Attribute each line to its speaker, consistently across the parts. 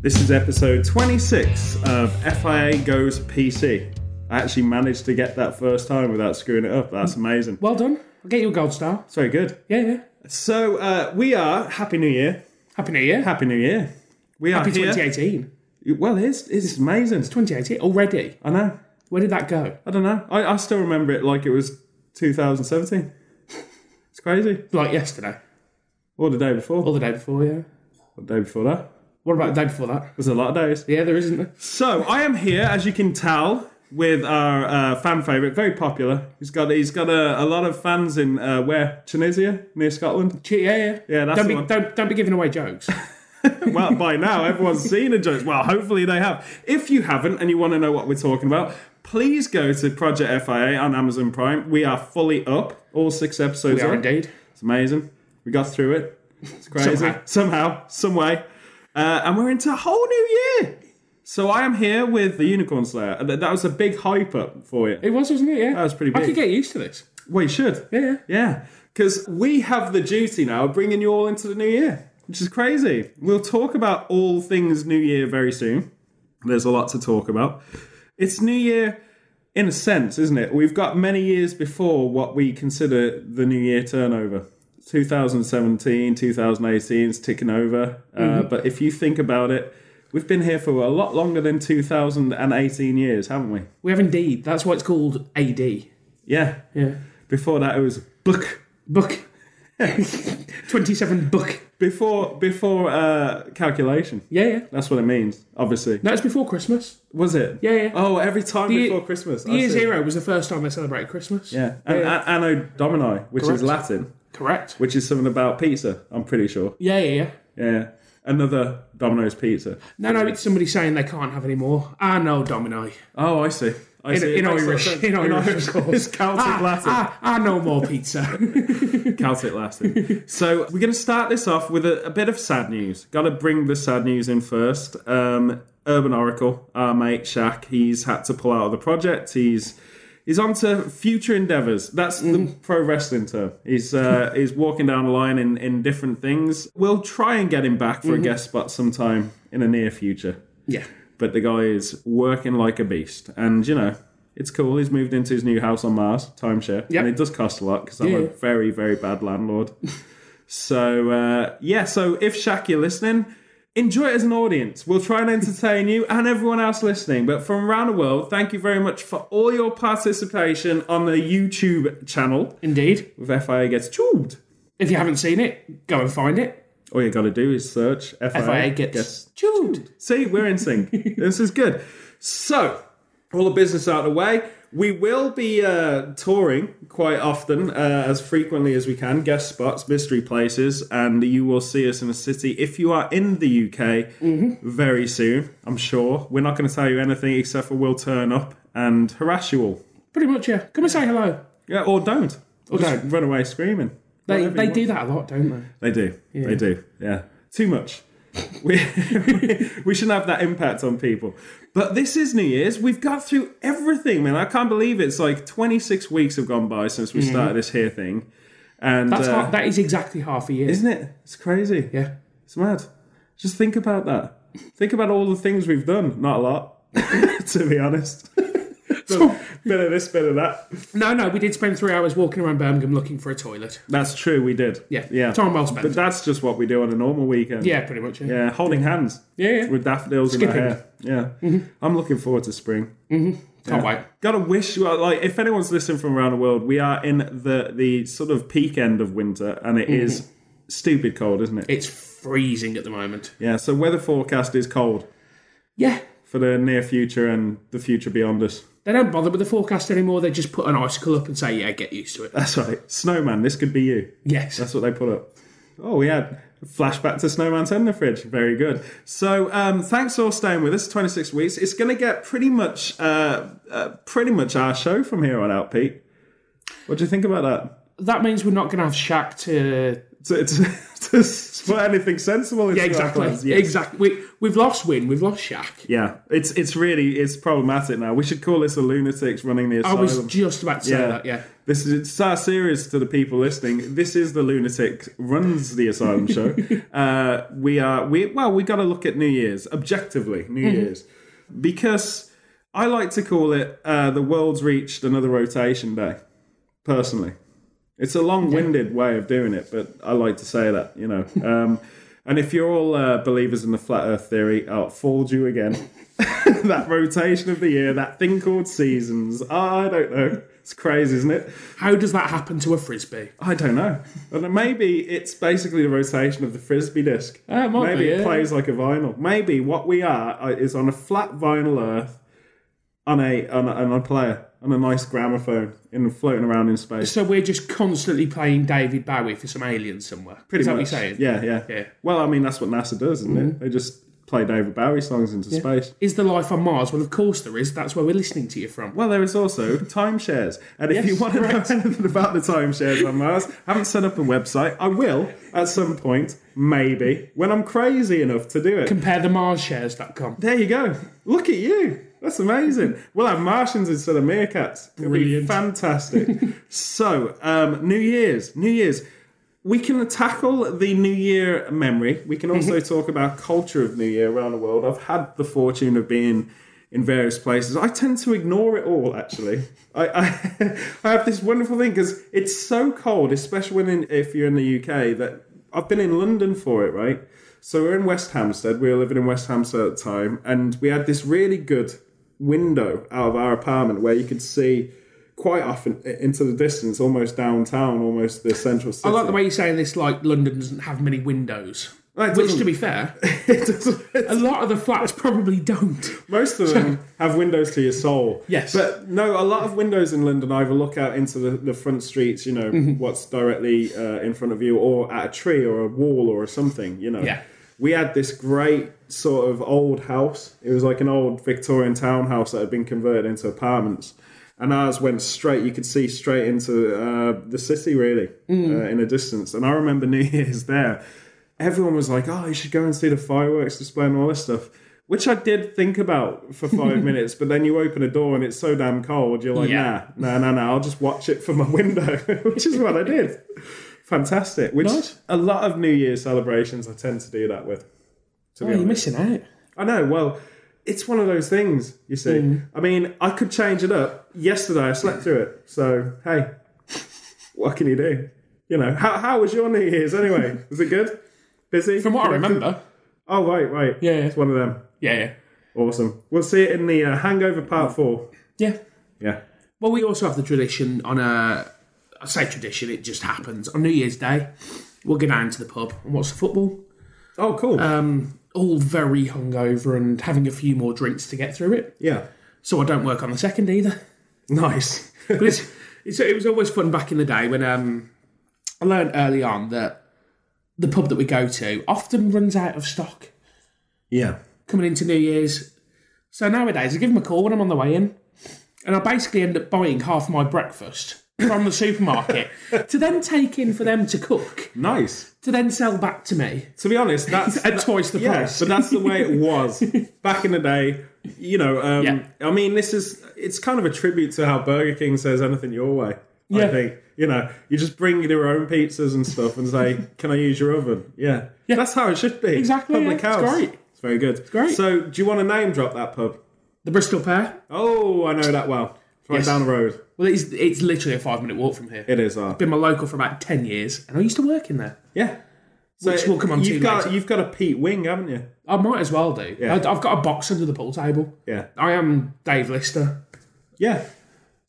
Speaker 1: This is episode 26 of FIA Goes PC. I actually managed to get that first time without screwing it up. That's amazing.
Speaker 2: Well done. I'll get you a gold star.
Speaker 1: It's very good.
Speaker 2: Yeah, yeah.
Speaker 1: So, uh, we are, Happy New Year.
Speaker 2: Happy New Year.
Speaker 1: Happy New Year. We are
Speaker 2: Happy
Speaker 1: here.
Speaker 2: 2018.
Speaker 1: Well, it's, it's amazing.
Speaker 2: 2018 already.
Speaker 1: I know.
Speaker 2: Where did that go?
Speaker 1: I don't know. I, I still remember it like it was 2017. It's crazy.
Speaker 2: Like yesterday.
Speaker 1: Or the day before.
Speaker 2: Or the day before, yeah.
Speaker 1: Or the day before that.
Speaker 2: What about the day before that?
Speaker 1: There's a lot of days.
Speaker 2: Yeah, there isn't there?
Speaker 1: So I am here, as you can tell, with our uh, fan favourite, very popular. He's got he's got a, a lot of fans in uh, where Tunisia, near Scotland.
Speaker 2: Che- Yeah, yeah.
Speaker 1: Yeah, that's
Speaker 2: don't
Speaker 1: the
Speaker 2: be,
Speaker 1: one.
Speaker 2: Don't, don't be giving away jokes.
Speaker 1: Well, by now everyone's seen a joke. Well, hopefully they have. If you haven't and you want to know what we're talking about, please go to Project FIA on Amazon Prime. We are fully up, all six episodes.
Speaker 2: we are
Speaker 1: up.
Speaker 2: indeed.
Speaker 1: It's amazing. We got through it. It's crazy.
Speaker 2: Somehow.
Speaker 1: Somehow, some way. Uh, and we're into a whole new year. So I am here with the Unicorn Slayer. Uh, That that was a big hype up for you.
Speaker 2: It was, wasn't it? Yeah. That
Speaker 1: was pretty
Speaker 2: I
Speaker 1: big.
Speaker 2: could get used to this.
Speaker 1: Well, you should.
Speaker 2: Yeah.
Speaker 1: Yeah. Because we have the duty now of bringing you all into the new year, which is crazy. We'll talk about all things new year very soon. There's a lot to talk about. It's new year in a sense, isn't it? We've got many years before what we consider the new year turnover. 2017, 2018 is ticking over. Uh, but if you think about it, we've been here for a lot longer than 2018 years, haven't we?
Speaker 2: We have indeed. That's why it's called AD.
Speaker 1: Yeah.
Speaker 2: Yeah.
Speaker 1: Before that, it was book.
Speaker 2: Book. 27 book.
Speaker 1: Before before uh, calculation.
Speaker 2: Yeah, yeah.
Speaker 1: That's what it means, obviously.
Speaker 2: No, it's before Christmas.
Speaker 1: Was it?
Speaker 2: Yeah, yeah.
Speaker 1: Oh, every time
Speaker 2: The-
Speaker 1: before Christmas. I
Speaker 2: Year
Speaker 1: see.
Speaker 2: zero was the first time they celebrated Christmas.
Speaker 1: Yeah. And
Speaker 2: Yeah.
Speaker 1: a- Anno Domini, which
Speaker 2: Correct.
Speaker 1: is Latin,
Speaker 2: Correct.
Speaker 1: which is something about pizza, I'm pretty sure.
Speaker 2: Yeah, yeah, yeah.
Speaker 1: Yeah. Another Domino's pizza.
Speaker 2: No, no, it's somebody saying they can't have any more. Ah, no, Domino.
Speaker 1: Oh, I see. I
Speaker 2: In,
Speaker 1: see. It
Speaker 2: in,
Speaker 1: makes
Speaker 2: Irish,
Speaker 1: a lot of
Speaker 2: in
Speaker 1: sense.
Speaker 2: Irish, of course.
Speaker 1: It's Celtic
Speaker 2: ah,
Speaker 1: Latin.
Speaker 2: Ah, ah, no more pizza.
Speaker 1: Celtic Latin. so we're going to start this off with a, a bit of sad news. Got to bring the sad news in first. Um, Urban Oracle, our mate Shaq, he's had to pull out of the project. He's he's on to future endeavors. That's the pro wrestling term. He's uh, he's walking down the line in, in different things. We'll try and get him back for a guest spot sometime in the near future.
Speaker 2: yeah.
Speaker 1: But the guy is working like a beast, and you know. It's cool. He's moved into his new house on Mars, timeshare,
Speaker 2: Yep.
Speaker 1: and it does cost a lot because I'm a
Speaker 2: Yeah.
Speaker 1: very, very bad landlord. So uh, yeah, so if Shaq you're listening, enjoy it as an audience. We'll try and entertain you and everyone else listening. But from around the world, thank you very much for all your participation on the YouTube channel
Speaker 2: Indeed.
Speaker 1: with FIA gets chewed.
Speaker 2: If you haven't seen it, go and find it.
Speaker 1: All you got to do is search FIA,
Speaker 2: FIA gets, chewed.
Speaker 1: See, we're in sync. this is good. So, all the business out of the way. We will be uh, touring quite often, uh, as frequently as we can, guest spots, mystery places, and you will see us in the city if you are in the UK
Speaker 2: Mm-hmm.
Speaker 1: very soon, I'm sure. We're not going to tell you anything except for we'll turn up and harass you all.
Speaker 2: Pretty much, yeah. Come and say hello.
Speaker 1: Yeah, or don't. Or just
Speaker 2: don't.
Speaker 1: run away screaming.
Speaker 2: They,
Speaker 1: Whatever you
Speaker 2: they
Speaker 1: want.
Speaker 2: do that a lot, don't they?
Speaker 1: They do. They do. Yeah. Too much. We, we shouldn't have that impact on people. But this is New Year's. We've got through everything, man. I can't believe it's like 26 weeks have gone by since we started this here thing. And
Speaker 2: Mm-hmm. That's
Speaker 1: uh,
Speaker 2: half, that is exactly half a year.
Speaker 1: isn't it? It's crazy.
Speaker 2: yeah.
Speaker 1: It's mad. Just think about that. Think about all the things we've done. Not a lot, to be honest. bit of this, bit of that.
Speaker 2: No, no, we did spend three hours walking around Birmingham looking for a toilet.
Speaker 1: That's true. We did.
Speaker 2: Yeah.
Speaker 1: Yeah.
Speaker 2: Time well
Speaker 1: But
Speaker 2: spent.
Speaker 1: that's just what we do on a normal weekend.
Speaker 2: yeah, pretty much. Yeah.
Speaker 1: Yeah, holding hands.
Speaker 2: Yeah, yeah.
Speaker 1: With daffodils in our
Speaker 2: Skipping.
Speaker 1: hair. Yeah. I'm looking forward to spring.
Speaker 2: Can't wait.
Speaker 1: Gotta wish, well, like, if anyone's listening from around the world, we are in the, the sort of peak end of winter and it is stupid cold, isn't it?
Speaker 2: It's freezing at the moment.
Speaker 1: Yeah, so weather forecast is cold
Speaker 2: Yeah.
Speaker 1: for the near future and the future beyond us.
Speaker 2: They don't bother with the forecast anymore. They just put an icicle up and say, yeah, get used to it.
Speaker 1: That's right. Snowman, this could be you.
Speaker 2: Yes.
Speaker 1: That's what they put up. Oh, we had a flashback to Snowman's in the fridge. Very good. So, um, thanks for staying with us. Twenty six weeks. It's going to get pretty much, uh, uh, pretty much our show from here on out, Pete. What do you think about that?
Speaker 2: that means we're not going to have Shaq to
Speaker 1: to, to, to s- put anything sensible into
Speaker 2: Yeah, exactly.
Speaker 1: our plans. Yes.
Speaker 2: Exactly. We, we've lost Win. We've lost Shaq.
Speaker 1: Yeah, it's it's really it's problematic now. We should call this a lunatics running the
Speaker 2: I
Speaker 1: asylum.
Speaker 2: was just about to say that. Yeah.
Speaker 1: This is it's our series to the people listening. This is the lunatic runs the asylum show. uh, we are we well we got to look at New Year's objectively. New
Speaker 2: Mm-hmm.
Speaker 1: Year's because I like to call it uh, the world's reached another rotation day. Personally, it's a long-winded way of doing it, but I like to say that you know. Um, and if you're all uh, believers in the flat Earth theory, I'll fold you again. that rotation of the year, that thing called seasons. I don't know. It's crazy, isn't it?
Speaker 2: How does that happen to a frisbee?
Speaker 1: I don't know. And maybe it's basically the rotation of the frisbee disc.
Speaker 2: Ah, it might
Speaker 1: maybe
Speaker 2: be,
Speaker 1: it
Speaker 2: yeah.
Speaker 1: plays like a vinyl. Maybe what we are uh, is on a flat vinyl earth on a on a, on a player on a nice gramophone and floating around in space.
Speaker 2: So we're just constantly playing David Bowie for some aliens somewhere.
Speaker 1: Pretty
Speaker 2: Is that
Speaker 1: much.
Speaker 2: what you're saying?
Speaker 1: Yeah, yeah,
Speaker 2: Yeah. Mm-hmm.
Speaker 1: Well, I mean that's what NASA does, isn't it? They just play David Bowie songs into space.
Speaker 2: Is the life on Mars? Well, of course there is. That's where we're listening to you from.
Speaker 1: Well, there is also timeshares. And if
Speaker 2: Yes,
Speaker 1: you want to
Speaker 2: correct.
Speaker 1: know anything about the timeshares on Mars, haven't set up a website. I will at some point, maybe, when I'm crazy enough to do it.
Speaker 2: Compare the MarsShares.com.
Speaker 1: There you go. Look at you. That's amazing. We'll have Martians instead of meerkats. It'll
Speaker 2: Brilliant.
Speaker 1: be fantastic. so, um, New Year's. New Year's. We can tackle the New Year memory. We can also talk about culture of New Year around the world. I've had the fortune of being in various places. I tend to ignore it all, actually. I, I, I have this wonderful thing because it's so cold, especially when in, if you're in the UK, that I've been in London for it, right? So we're in West Hampstead. We were living in West Hampstead at the time, and we had this really good window out of our apartment where you could see quite often i- into the distance, almost downtown, almost the central
Speaker 2: I
Speaker 1: city.
Speaker 2: like the way you're saying this. Like London doesn't have many windows.
Speaker 1: No, it
Speaker 2: Which,
Speaker 1: doesn't.
Speaker 2: to be fair,
Speaker 1: It doesn't-
Speaker 2: a lot of the flats probably don't.
Speaker 1: Most of them have windows to your soul.
Speaker 2: Yes.
Speaker 1: But no, a lot of windows in London either look out into the, the front streets, you know,
Speaker 2: Mm-hmm.
Speaker 1: what's directly uh, in front of you, or at a tree or a wall or something, you know.
Speaker 2: Yeah.
Speaker 1: We had this great sort of old house. It was like an old Victorian townhouse that had been converted into apartments. And ours went straight, you could see straight into uh, the city, really, uh, in a distance. And I remember New Year's there everyone was like, "Oh, you should go and see the fireworks display and all this stuff," which I did think about for five minutes. But then you open a door and it's so damn cold. You're like,
Speaker 2: Yeah.
Speaker 1: "Nah, nah, nah, nah. I'll just watch it from my window," which is what I did. Fantastic. Which
Speaker 2: Nice.
Speaker 1: a lot of New Year celebrations I tend to do that with. To be
Speaker 2: Oh, you're
Speaker 1: honest.
Speaker 2: missing out.
Speaker 1: I know. Well, it's one of those things. You see,
Speaker 2: Hmm.
Speaker 1: I mean, I could change it up. Yesterday, I slept through it. So hey, what can you do? You know, how, how was your New Year's anyway? Was it good? Busy?
Speaker 2: From what I
Speaker 1: Productive?
Speaker 2: remember.
Speaker 1: Oh, right, right.
Speaker 2: Yeah, yeah.
Speaker 1: It's one of them.
Speaker 2: Yeah, yeah.
Speaker 1: Awesome. We'll see it in the uh, Hangover Part
Speaker 2: Hmm.
Speaker 1: 4.
Speaker 2: Yeah.
Speaker 1: Yeah.
Speaker 2: Well, we also have the tradition on a. I say tradition, it just happens. On New Year's Day, we'll go down to the pub and watch the football.
Speaker 1: Oh, cool.
Speaker 2: Um, all very hungover and having a few more drinks to get through it.
Speaker 1: yeah.
Speaker 2: So I don't work on the second either.
Speaker 1: Nice.
Speaker 2: But it's, it's, it was always fun back in the day when um, I learned early on that the pub that we go to often runs out of stock
Speaker 1: yeah.
Speaker 2: coming into New Year's. So nowadays, I give them a call when I'm on the way in, and I basically end up buying half my breakfast from the supermarket to then take in for them to cook,
Speaker 1: Nice.
Speaker 2: to then sell back to me
Speaker 1: To be honest, that's
Speaker 2: at twice the
Speaker 1: Yeah,
Speaker 2: price.
Speaker 1: but that's the way it was back in the day. You know, um,
Speaker 2: Yeah.
Speaker 1: I mean, this is it's kind of a tribute to how Burger King says anything your way. I
Speaker 2: Yeah.
Speaker 1: think you know, you just bring your own pizzas and stuff and say, "Can I use your oven?" Yeah, yeah. that's how it should be.
Speaker 2: Exactly,
Speaker 1: Public
Speaker 2: yeah. It's
Speaker 1: house.
Speaker 2: great.
Speaker 1: It's very good. It's
Speaker 2: great.
Speaker 1: So, do you want to name drop that pub?
Speaker 2: the Bristol Pear.
Speaker 1: Oh, I know that well. It's right
Speaker 2: Yes.
Speaker 1: down the road.
Speaker 2: Well, it's, it's literally a five minute walk from here.
Speaker 1: It is. Uh,
Speaker 2: Been my local for about ten years, and I used to work in there.
Speaker 1: yeah. So
Speaker 2: Which we'll come on to
Speaker 1: you've got
Speaker 2: later.
Speaker 1: you've got a Pete Wing, haven't you?
Speaker 2: I might as well do.
Speaker 1: Yeah.
Speaker 2: I, I've got a box under the pool table.
Speaker 1: Yeah.
Speaker 2: I am Dave Lister.
Speaker 1: Yeah.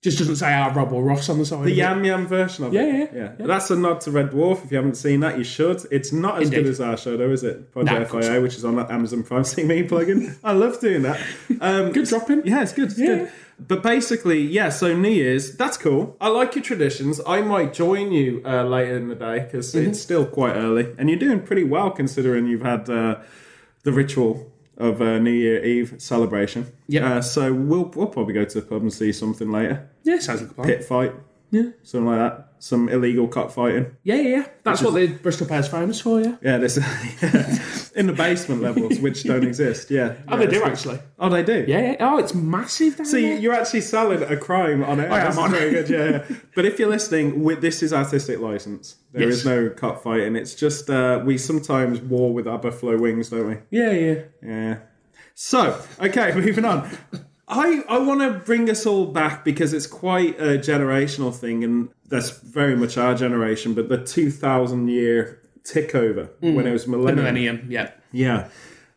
Speaker 2: Just doesn't say our Rob or Ross on the side.
Speaker 1: The
Speaker 2: of it.
Speaker 1: Yam Yam version of
Speaker 2: Yeah,
Speaker 1: it.
Speaker 2: yeah,
Speaker 1: yeah. That's a nod to Red Dwarf. If you haven't seen that, you should. It's not as
Speaker 2: Indeed.
Speaker 1: good as our show, though, is it?
Speaker 2: No,
Speaker 1: Project
Speaker 2: of course
Speaker 1: FIA, which is on that Amazon Prime. See me plugin. I love doing that. Um,
Speaker 2: Good dropping.
Speaker 1: yeah, it's good. It's good. But basically, yeah. So New Year's, that's cool. I like your traditions. I might join you uh, later in the day because
Speaker 2: Mm-hmm.
Speaker 1: it's still quite early, and you're doing pretty well considering you've had uh, the ritual of uh, New Year Eve celebration.
Speaker 2: Yep.
Speaker 1: Uh, so we'll we'll probably go to the pub and see something later.
Speaker 2: Yeah, sounds like a plan.
Speaker 1: Pit fight.
Speaker 2: Yeah.
Speaker 1: something like that. Some illegal cockfighting.
Speaker 2: Yeah, yeah, yeah. That's what the Bristol Bears famous for, yeah.
Speaker 1: Yeah, this in the basement levels, which don't exist. Yeah.
Speaker 2: Oh,
Speaker 1: Yeah,
Speaker 2: they do
Speaker 1: it's-
Speaker 2: actually.
Speaker 1: Oh, they do.
Speaker 2: Yeah, yeah. Oh, it's massive down
Speaker 1: So
Speaker 2: there.
Speaker 1: you- you're actually selling a crime on it.
Speaker 2: I am
Speaker 1: That's
Speaker 2: Oh, on
Speaker 1: very
Speaker 2: it.
Speaker 1: good. Yeah, yeah. But if you're listening, we, this is artistic license. There is
Speaker 2: Yes.
Speaker 1: no cut fighting. It's just uh, we sometimes war with our buffalo wings, don't we?
Speaker 2: Yeah, yeah.
Speaker 1: Yeah. So, okay, moving on. I, I want to bring us all back because it's quite a generational thing, and that's very much our generation, but the 2000 year tick over when it was millennium.
Speaker 2: Millennium. um, Yeah.
Speaker 1: Yeah.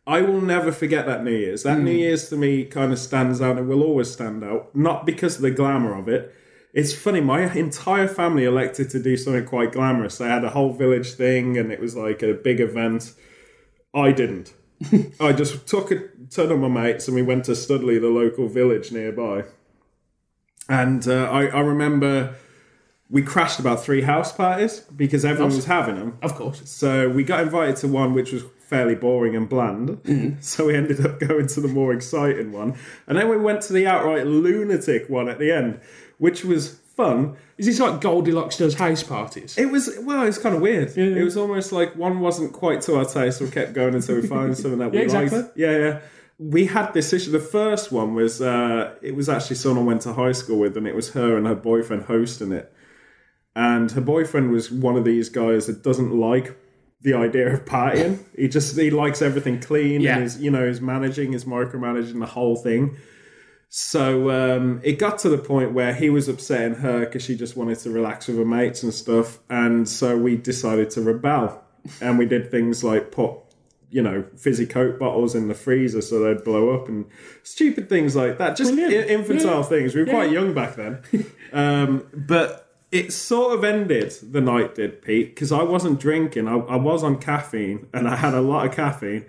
Speaker 1: I will never forget that New Year's. That New Year's to me kind of stands out and will always stand out, not because of the glamour of it. It's funny, my entire family elected to do something quite glamorous. They had a whole village thing and it was like a big event. I didn't. I just took a ton of my mates and we went to Studley, the local village nearby. And uh, I, I remember we crashed about three house parties because everyone was having them.
Speaker 2: Of course.
Speaker 1: So we got invited to one which was fairly boring and bland. So we ended up going to the more exciting one. And then we went to the outright lunatic one at the end, which was fun.
Speaker 2: Is this like Goldilocks does house parties?
Speaker 1: It was, well, it was kind of weird. It was almost like one wasn't quite to our taste, so we kept going until we found something that we
Speaker 2: Yeah, exactly.
Speaker 1: liked. Yeah, yeah. We had this issue. The first one was, uh, it was actually someone I went to high school with, and it was her and her boyfriend hosting it. And her boyfriend was one of these guys that doesn't like the idea of partying. he just he likes everything clean
Speaker 2: Yeah.
Speaker 1: and is you know is managing, is micromanaging the whole thing. So um, it got to the point where he was upsetting her because she just wanted to relax with her mates and stuff, and so we decided to rebel, and we did things like put you know fizzy coke bottles in the freezer so they'd blow up and stupid things like that. Just
Speaker 2: Brilliant.
Speaker 1: i- infantile
Speaker 2: Yeah.
Speaker 1: things. We were quite young back then, um, but. It sort of ended the night, did Pete, because I wasn't drinking. I, I was on caffeine and I had a lot of caffeine.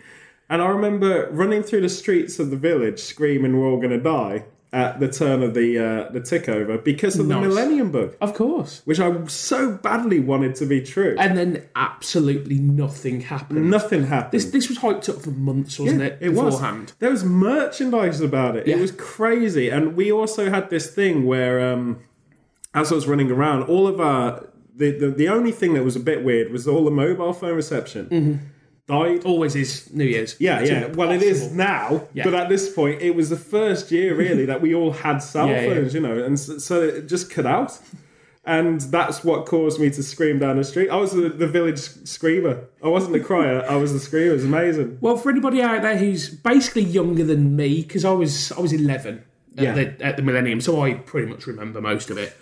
Speaker 1: And I remember running through the streets of the village screaming, We're all going to die at the turn of the, uh, the tick over because of
Speaker 2: Nice.
Speaker 1: the Millennium Bug,
Speaker 2: Of course.
Speaker 1: which I so badly wanted to be true.
Speaker 2: And then absolutely nothing happened.
Speaker 1: Nothing happened.
Speaker 2: This this was hyped up for months, wasn't Mm. it?
Speaker 1: It was.
Speaker 2: beforehand.
Speaker 1: There was merchandise about it. It
Speaker 2: Yeah.
Speaker 1: was crazy. And we also had this thing where, um, as I was running around, all of our. The, the, the only thing that was a bit weird was all the mobile phone reception
Speaker 2: Mm-hmm.
Speaker 1: died.
Speaker 2: Always is New Year's.
Speaker 1: Yeah,
Speaker 2: It's
Speaker 1: yeah. Well, it is
Speaker 2: impossible.
Speaker 1: now,
Speaker 2: Yeah.
Speaker 1: but at this point, it was the first year really that we all had cell
Speaker 2: Yeah, yeah.
Speaker 1: phones, you know, and so, so it just cut out. And that's what caused me to scream down the street. I was the, the village screamer. I wasn't the crier. I was the screamer. It was amazing.
Speaker 2: Well, for anybody out there who's basically younger than me, because I was I was eleven at,
Speaker 1: Yeah.
Speaker 2: the, at the millennium, so I pretty much remember most of it.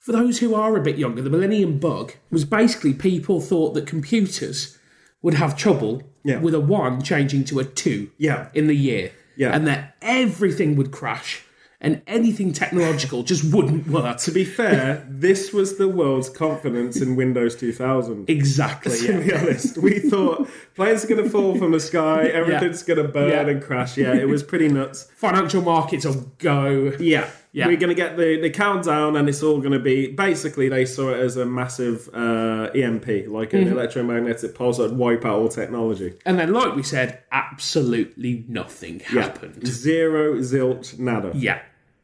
Speaker 2: For those who are a bit younger, the millennium bug was basically people thought that computers would have trouble
Speaker 1: Yeah.
Speaker 2: with a one changing to a two
Speaker 1: Yeah.
Speaker 2: in the year,
Speaker 1: Yeah.
Speaker 2: and that everything would crash and anything technological just wouldn't work.
Speaker 1: To be fair, this was the world's confidence in Windows 2000.
Speaker 2: Exactly.
Speaker 1: to
Speaker 2: Yeah.
Speaker 1: be honest. We thought planes are going to fall from the sky, everything's going to burn
Speaker 2: Yeah.
Speaker 1: and crash. Yeah, it was pretty nuts.
Speaker 2: Financial markets will go.
Speaker 1: Yeah,
Speaker 2: Yeah.
Speaker 1: We're going to get the, the countdown, and it's all going to be basically they saw it as a massive uh, EMP, like
Speaker 2: Mm-hmm.
Speaker 1: an electromagnetic pulse that would wipe out all technology.
Speaker 2: And then, like we said, absolutely nothing happened.
Speaker 1: Zero, zilch, nada.
Speaker 2: Yeah.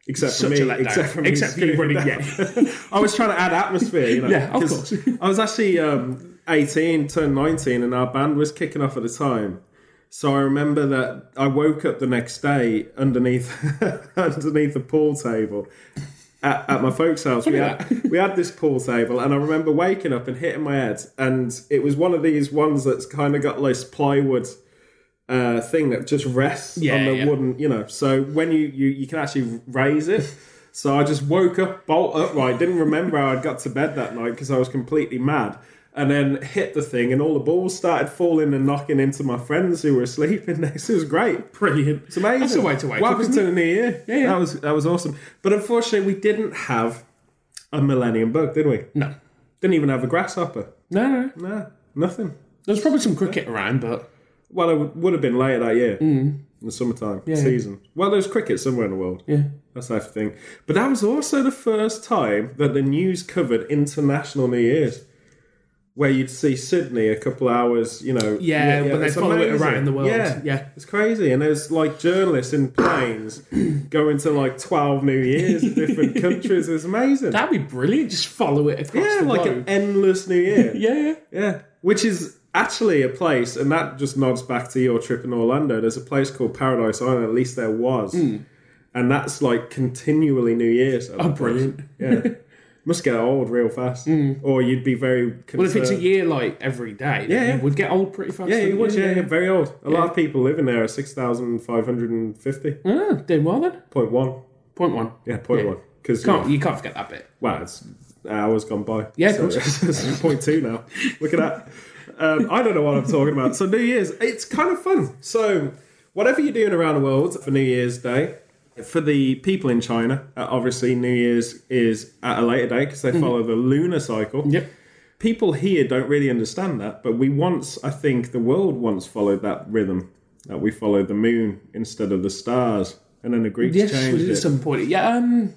Speaker 1: Except for
Speaker 2: Such
Speaker 1: me.
Speaker 2: a letdown.
Speaker 1: Except for me.
Speaker 2: Except for you
Speaker 1: screwing
Speaker 2: running,
Speaker 1: down. I was trying to add atmosphere, you know.
Speaker 2: Yeah, of
Speaker 1: 'cause
Speaker 2: course.
Speaker 1: I was actually um, 18, turned 19, and our band was kicking off at the time. So I remember that I woke up the next day underneath underneath the pool table at, at my folks' house. We had, we had this pool table, and I remember waking up and hitting my head. And it was one of these ones that's kind of got this plywood uh, thing that just rests on the
Speaker 2: yeah.
Speaker 1: wooden, you know. So when you, you you can actually raise it. So I just woke up bolt upright. Didn't remember how I'd got to bed that night because I was completely mad. And then hit the thing, and all the balls started falling and knocking into my friends who were sleeping next. It was great.
Speaker 2: Brilliant.
Speaker 1: It's amazing.
Speaker 2: That's a way to wake
Speaker 1: Welcome
Speaker 2: up, isn't
Speaker 1: to the new year.
Speaker 2: yeah.
Speaker 1: That was that was awesome. But unfortunately, we didn't have a millennium bug, did we?
Speaker 2: No.
Speaker 1: Didn't even have a grasshopper.
Speaker 2: No, no. no.
Speaker 1: Nah, nothing.
Speaker 2: There was probably some cricket around, but
Speaker 1: Well, it would- would have been later that
Speaker 2: Mm.
Speaker 1: year in the summertime season. Well, there's cricket somewhere in the world.
Speaker 2: yeah.
Speaker 1: That's the thing. But that was also the first time that the news covered international New Year's. where you'd see Sydney a couple hours, you know.
Speaker 2: Yeah, when they
Speaker 1: it's
Speaker 2: follow it
Speaker 1: amazing.
Speaker 2: around the world.
Speaker 1: Yeah,
Speaker 2: Yeah.
Speaker 1: it's crazy. And there's like journalists in planes going to like 12 New Year's in different countries. It's amazing.
Speaker 2: That'd be brilliant. Just follow it across
Speaker 1: yeah,
Speaker 2: the
Speaker 1: like an
Speaker 2: globe.
Speaker 1: endless New Year.
Speaker 2: yeah, yeah.
Speaker 1: Yeah, which is actually a place, and that just nods back to your trip in Orlando. There's a place called Paradise Island. At least there was, and that's like continually New Year's. at
Speaker 2: Hmm. Oh,
Speaker 1: that place.
Speaker 2: brilliant. Hmm.
Speaker 1: Yeah, must get old real fast, or you'd be very. Concerned.
Speaker 2: Well, if it's a year like every day, then
Speaker 1: Yeah, yeah.
Speaker 2: you would get old pretty fast.
Speaker 1: yeah,
Speaker 2: wouldn't
Speaker 1: you would. Yeah, yeah,
Speaker 2: yeah.
Speaker 1: very old. A lot of people living there are six thousand five hundred and fifty
Speaker 2: Ah, doing well then.
Speaker 1: point one.
Speaker 2: Point one.
Speaker 1: Yeah, point one. Because
Speaker 2: Can't you can't forget that bit.
Speaker 1: Wow, it's hours gone by.
Speaker 2: Yeah,
Speaker 1: so
Speaker 2: of
Speaker 1: it's, it's point two now. Look at that. Um, I don't know what I'm talking about. So New Year's, it's kind of fun. So whatever you're doing around the world for New Year's Day, for the people in China, uh, obviously New Year's is at a later day because they follow the lunar cycle.
Speaker 2: Mm-hmm. Yep.
Speaker 1: People here don't really understand that, but we once, I think, the world once followed that rhythm that we follow the moon instead of the stars, and then the Greeks
Speaker 2: Yes,
Speaker 1: changed
Speaker 2: was
Speaker 1: it.
Speaker 2: at some point. Yeah, um,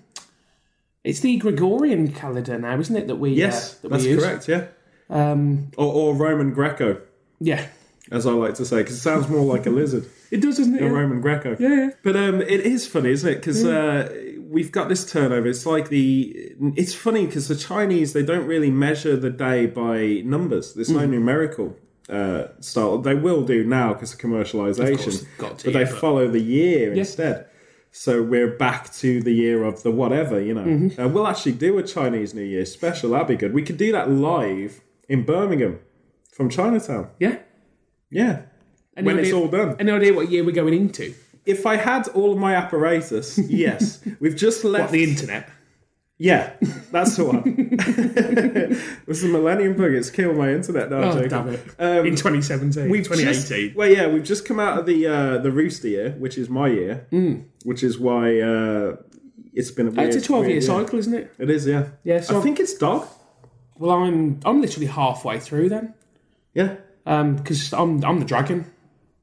Speaker 2: it's the Gregorian calendar now, isn't it? That we
Speaker 1: yes,
Speaker 2: uh, that
Speaker 1: that's
Speaker 2: we use.
Speaker 1: correct. Yeah,
Speaker 2: Um,
Speaker 1: or, or Roman Greco.
Speaker 2: yeah,
Speaker 1: as I like to say, because it sounds more like a lizard,
Speaker 2: it does, doesn't it?
Speaker 1: a
Speaker 2: Yeah.
Speaker 1: Roman Greco.
Speaker 2: Yeah, yeah.
Speaker 1: But um, it is funny, isn't it? Because uh, we've got this turnover. It's like the. It's funny because the Chinese they don't really measure the day by numbers. There's
Speaker 2: Mm.
Speaker 1: no numerical uh, style. They will do now because of commercialisation,
Speaker 2: course, got to,
Speaker 1: but they
Speaker 2: yeah, but-
Speaker 1: follow the year instead. So we're back to the year of the whatever, you know.
Speaker 2: Mm-hmm.
Speaker 1: Uh, we'll actually do a Chinese New Year special. That'd be good. We could do that live in Birmingham from Chinatown.
Speaker 2: yeah.
Speaker 1: Yeah.
Speaker 2: Any
Speaker 1: when it's
Speaker 2: idea,
Speaker 1: all done.
Speaker 2: Any idea what year we're going into?
Speaker 1: If I had all of my apparatus, yes. We've just left.
Speaker 2: The internet.
Speaker 1: yeah, that's the one. it was the Millennium Bug. It's killed my internet now.
Speaker 2: Oh,
Speaker 1: Jacob.
Speaker 2: damn it.
Speaker 1: Um,
Speaker 2: In 2017.
Speaker 1: we've just-
Speaker 2: 2018.
Speaker 1: well, yeah, we've just come out of the uh, the rooster year, which is my year,
Speaker 2: Mm.
Speaker 1: which is why uh, it's been a weird,
Speaker 2: it's a 12 year
Speaker 1: weird
Speaker 2: cycle, isn't it?
Speaker 1: It is, yeah.
Speaker 2: Yeah, so-
Speaker 1: I think it's dog.
Speaker 2: Well, I'm I'm literally halfway through then,
Speaker 1: Yeah.
Speaker 2: because I'm I'm the dragon.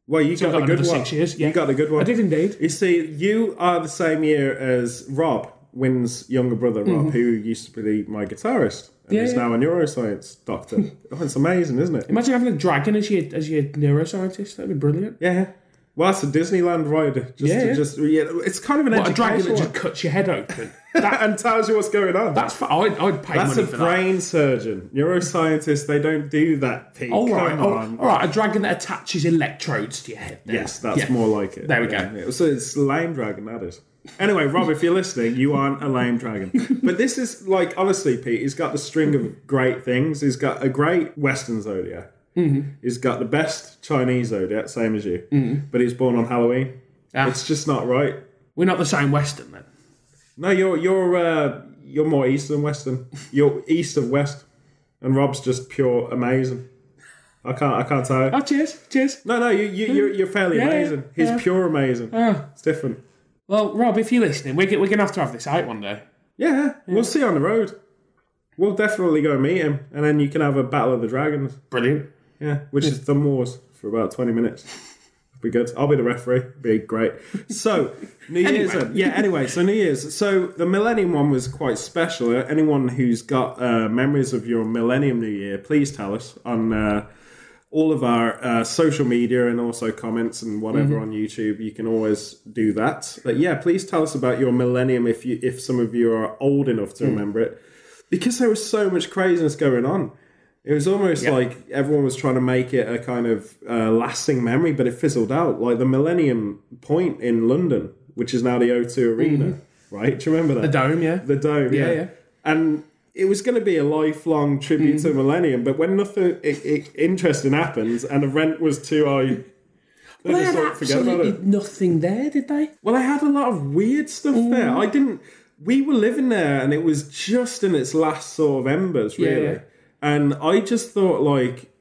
Speaker 1: Well, you got,
Speaker 2: got
Speaker 1: a good
Speaker 2: another
Speaker 1: one.
Speaker 2: six years, yeah.
Speaker 1: You got a good one.
Speaker 2: I did indeed.
Speaker 1: You see, you are the same year as Rob, Wynn's younger brother, Rob, who used to be my guitarist and
Speaker 2: Mm-hmm. Yeah,
Speaker 1: is
Speaker 2: yeah.
Speaker 1: now a neuroscience doctor. oh, it's amazing, isn't it?
Speaker 2: Imagine having a dragon as your as your neuroscientist. That'd be brilliant.
Speaker 1: Yeah. Well, it's a Disneyland ride. Just,
Speaker 2: Yeah, yeah.
Speaker 1: just yeah, it's kind of an
Speaker 2: But a dragon
Speaker 1: educational
Speaker 2: that
Speaker 1: one.
Speaker 2: just cuts your head open. That,
Speaker 1: and tells you what's going on.
Speaker 2: that's for, I'd, I'd pay
Speaker 1: That's
Speaker 2: money
Speaker 1: a
Speaker 2: for that.
Speaker 1: brain surgeon. Neuroscientists, they don't do that, Pete.
Speaker 2: All right,
Speaker 1: Come
Speaker 2: all, all
Speaker 1: on.
Speaker 2: right. A dragon that attaches electrodes to your head. then.
Speaker 1: Yes, that's
Speaker 2: Yeah.
Speaker 1: more like it.
Speaker 2: There we
Speaker 1: Yeah,
Speaker 2: go.
Speaker 1: yeah. So it's lame dragon, that is. Anyway, Rob, if you're listening, you aren't a lame dragon. But this is like, honestly, Pete, he's got the string of great things. He's got a great Western zodiac. Mm-hmm. He's got the best Chinese zodiac, same as you. But he's born on Halloween.
Speaker 2: Mm-hmm. Ah.
Speaker 1: It's just not right.
Speaker 2: We're not the same Western then.
Speaker 1: No, you're you're uh, you're more east than western. You're east of west, and Rob's just pure amazing. I can't I can't tell. you.
Speaker 2: Oh, cheers, cheers.
Speaker 1: No, no, you, you, you're, you're fairly
Speaker 2: Yeah,
Speaker 1: amazing. He's
Speaker 2: yeah. Ah.
Speaker 1: pure amazing. It's different.
Speaker 2: Well, Rob, if you're listening, we're, g- we're gonna have to have this out one day.
Speaker 1: Yeah, we'll see on the road. We'll definitely go meet him, and then you can have a battle of the dragons.
Speaker 2: Brilliant.
Speaker 1: Yeah, which is thumb wars for about twenty minutes. Be good. I'll be the referee. Be great. So New Year's,
Speaker 2: Anyway.
Speaker 1: then. yeah. Anyway, so New Year's. So the Millennium one was quite special. Uh, Anyone who's got uh, memories of your Millennium New Year, please tell us on uh, all of our uh, social media and also comments and whatever on YouTube. You can always do that. But yeah, please tell us about your Millennium if you if some of you are old enough to remember it, because there was so much craziness going on. It was almost like everyone was trying to make it a kind of uh, lasting memory, but it fizzled out. Like the Millennium Point in London, which is now the O2 Arena, right? Do you remember
Speaker 2: Mm-hmm. The
Speaker 1: that?
Speaker 2: dome, yeah.
Speaker 1: The dome, yeah.
Speaker 2: yeah.
Speaker 1: And it was going to be a lifelong tribute to
Speaker 2: Mm-hmm.
Speaker 1: Millennium, but when nothing it, it, interesting happens and the rent was too high, they
Speaker 2: They
Speaker 1: just
Speaker 2: had
Speaker 1: sort of forget about
Speaker 2: absolutely
Speaker 1: it.
Speaker 2: nothing there, did they?
Speaker 1: Well, I had a lot of weird stuff
Speaker 2: Mm.
Speaker 1: there. I didn't. We were living there, and it was just in its last sort of embers, really.
Speaker 2: yeah.
Speaker 1: And I just thought, like,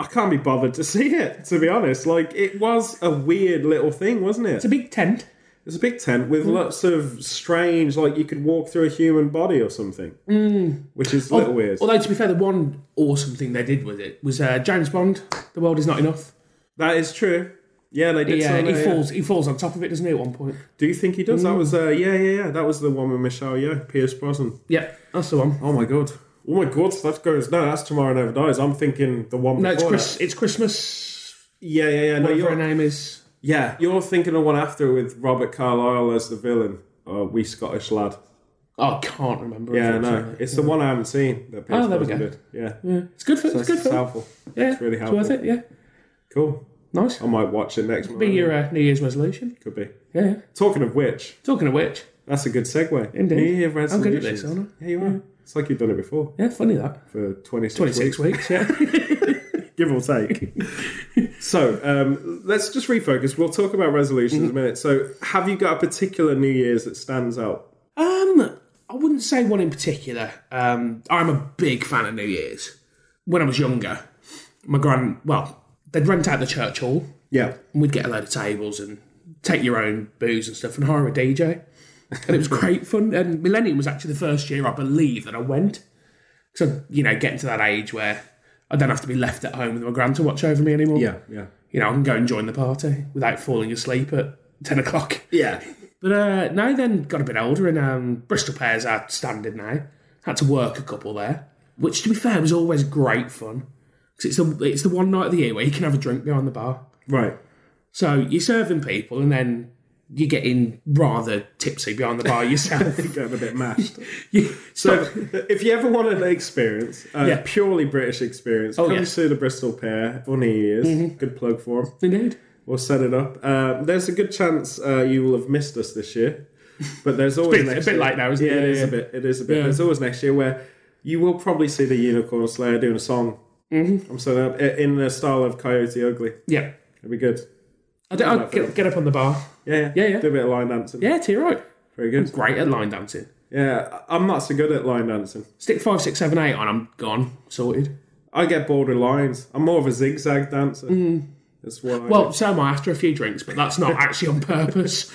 Speaker 1: I can't be bothered to see it. To be honest, like, it was a weird little thing, wasn't it?
Speaker 2: It's a big tent.
Speaker 1: It was a big tent
Speaker 2: Mm.
Speaker 1: with lots of strange, like, you could walk through a human body or something, mm. which is
Speaker 2: Oh,
Speaker 1: a little weird.
Speaker 2: Although to be fair, the one awesome thing they did with it was uh, James Bond. The world is not enough.
Speaker 1: that is true. Yeah, they did.
Speaker 2: Yeah,
Speaker 1: something
Speaker 2: he
Speaker 1: there,
Speaker 2: falls. Mm. He falls on top of it, doesn't he? At one point.
Speaker 1: Do you think he does? That was uh, yeah, yeah, yeah. That was the one with Michelle Yeoh, Pierce Brosnan.
Speaker 2: Yeah, that's the one.
Speaker 1: Oh my god. oh my god, that goes. No, that's tomorrow never dies. I'm thinking the one.
Speaker 2: No, it's
Speaker 1: before
Speaker 2: Chris.
Speaker 1: that.
Speaker 2: It's Christmas.
Speaker 1: Yeah, yeah, yeah. No,
Speaker 2: Whatever her
Speaker 1: you're,
Speaker 2: name is.
Speaker 1: yeah, you're thinking of one after with Robert Carlyle as the villain. Oh, we Scottish lad.
Speaker 2: Oh, I can't remember.
Speaker 1: Yeah,
Speaker 2: unfortunately.
Speaker 1: no, it's the one I haven't seen. That Pierce
Speaker 2: Oh, there we
Speaker 1: Brosnan
Speaker 2: go.
Speaker 1: did. Yeah,
Speaker 2: It's good for. it's
Speaker 1: That's
Speaker 2: good for.
Speaker 1: helpful.
Speaker 2: yeah,
Speaker 1: it's really helpful.
Speaker 2: It's worth it. Yeah,
Speaker 1: Cool.
Speaker 2: nice.
Speaker 1: I might watch it next month.
Speaker 2: Be your uh, New Year's resolution.
Speaker 1: Could be.
Speaker 2: Yeah.
Speaker 1: Talking of which,
Speaker 2: Talking of which,
Speaker 1: that's a good segue.
Speaker 2: Indeed.
Speaker 1: New Year
Speaker 2: I'm
Speaker 1: resolutions.
Speaker 2: good at this, aren't
Speaker 1: Yeah, you are. It's like you've done it before
Speaker 2: I? Yeah, funny that.
Speaker 1: for 26,
Speaker 2: Twenty six
Speaker 1: weeks.
Speaker 2: weeks. Yeah.
Speaker 1: give or take. so um, let's just refocus. We'll talk about resolutions in a minute. So, have you got a particular New Year's that stands out?
Speaker 2: Um, I wouldn't say one in particular. Um, I'm a big fan of New Year's. When I was younger, my grand well, they'd rent out the church hall,
Speaker 1: Yeah.
Speaker 2: and we'd get a load of tables and take your own booze and stuff, and hire a DJ, and it was great fun. And Millennium was actually the first year I believe that I went, because you know getting to that age where I don't have to be left at home with my grand to watch over me anymore.
Speaker 1: Yeah. Yeah.
Speaker 2: you know I can go and join the party without falling asleep at ten o'clock.
Speaker 1: Yeah.
Speaker 2: But uh, no, then got a bit older, and um, Bristol Pairs are standard now. Had to work a couple there, which to be fair was always great fun because it's the it's the one night of the year where you can have a drink behind the bar.
Speaker 1: Right.
Speaker 2: So you're serving people, and then you're getting rather tipsy behind the bar yourself.
Speaker 1: Getting a bit mashed.
Speaker 2: You-
Speaker 1: So, if you ever want an experience, a
Speaker 2: Yeah.
Speaker 1: purely British experience, come
Speaker 2: yes.
Speaker 1: to the Bristol Pair for New Year's. Good plug for 'em.
Speaker 2: indeed,
Speaker 1: We'll set it up. Uh, there's a good chance uh, you will have missed us this year, but there's always
Speaker 2: bit-
Speaker 1: next
Speaker 2: a bit
Speaker 1: year.
Speaker 2: late now, isn't
Speaker 1: yeah,
Speaker 2: it?
Speaker 1: It
Speaker 2: Yeah,
Speaker 1: is a
Speaker 2: yeah.
Speaker 1: bit. It is a bit. There's always next year where you will probably see the Unicorn Slayer doing a song. Mm-hmm. I'm setting up i- in the style of Coyote Ugly.
Speaker 2: yeah.
Speaker 1: It'd be good.
Speaker 2: I don't, I'll get, get up on the bar.
Speaker 1: Yeah, yeah,
Speaker 2: Yeah, yeah.
Speaker 1: Do a bit of line dancing.
Speaker 2: Yeah, to your right.
Speaker 1: Very good.
Speaker 2: Great at line dancing.
Speaker 1: Yeah, I- I'm not so good at line dancing.
Speaker 2: Stick five, six, seven, eight on. I'm gone. Sorted.
Speaker 1: I get bored with lines. I'm more of a zigzag dancer. That's what. I
Speaker 2: Mm. Well, so am I after a few drinks, but that's not actually on purpose.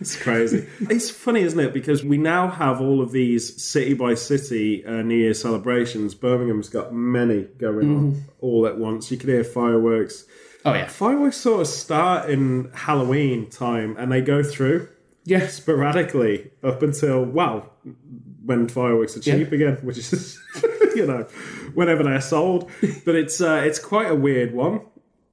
Speaker 1: It's crazy. it's funny, isn't it? Because we now have all of these city by city uh, New Year celebrations. Birmingham's got many going on all at once. You can hear fireworks.
Speaker 2: Oh yeah,
Speaker 1: Fireworks sort of start in Halloween time and they go through
Speaker 2: yes.
Speaker 1: sporadically up until, well, when fireworks are cheap again, which is, you know, whenever they're sold. But it's uh, it's quite a weird one,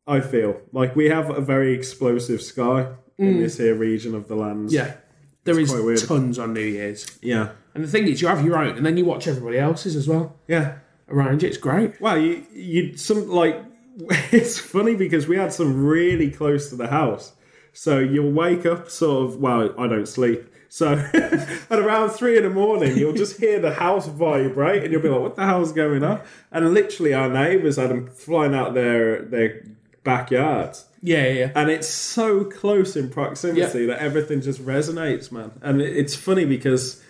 Speaker 1: I feel. Like we have a very explosive sky in this here region of the lands.
Speaker 2: Yeah. there is
Speaker 1: quite weird.
Speaker 2: tons on New Year's.
Speaker 1: Yeah.
Speaker 2: And the thing is, you have your own and then you watch everybody else's as well
Speaker 1: Yeah.
Speaker 2: around you. It's great.
Speaker 1: Wow, you you some like it's funny because we had some really close to the house. So you'll wake up sort of well, I don't sleep. So at around three in the morning you'll just hear the house vibrate and you'll be like, What the hell's going on? And literally our neighbours had them flying out their their backyards.
Speaker 2: Yeah, yeah, yeah.
Speaker 1: And it's so close in proximity that everything just resonates, man. And it- it's funny because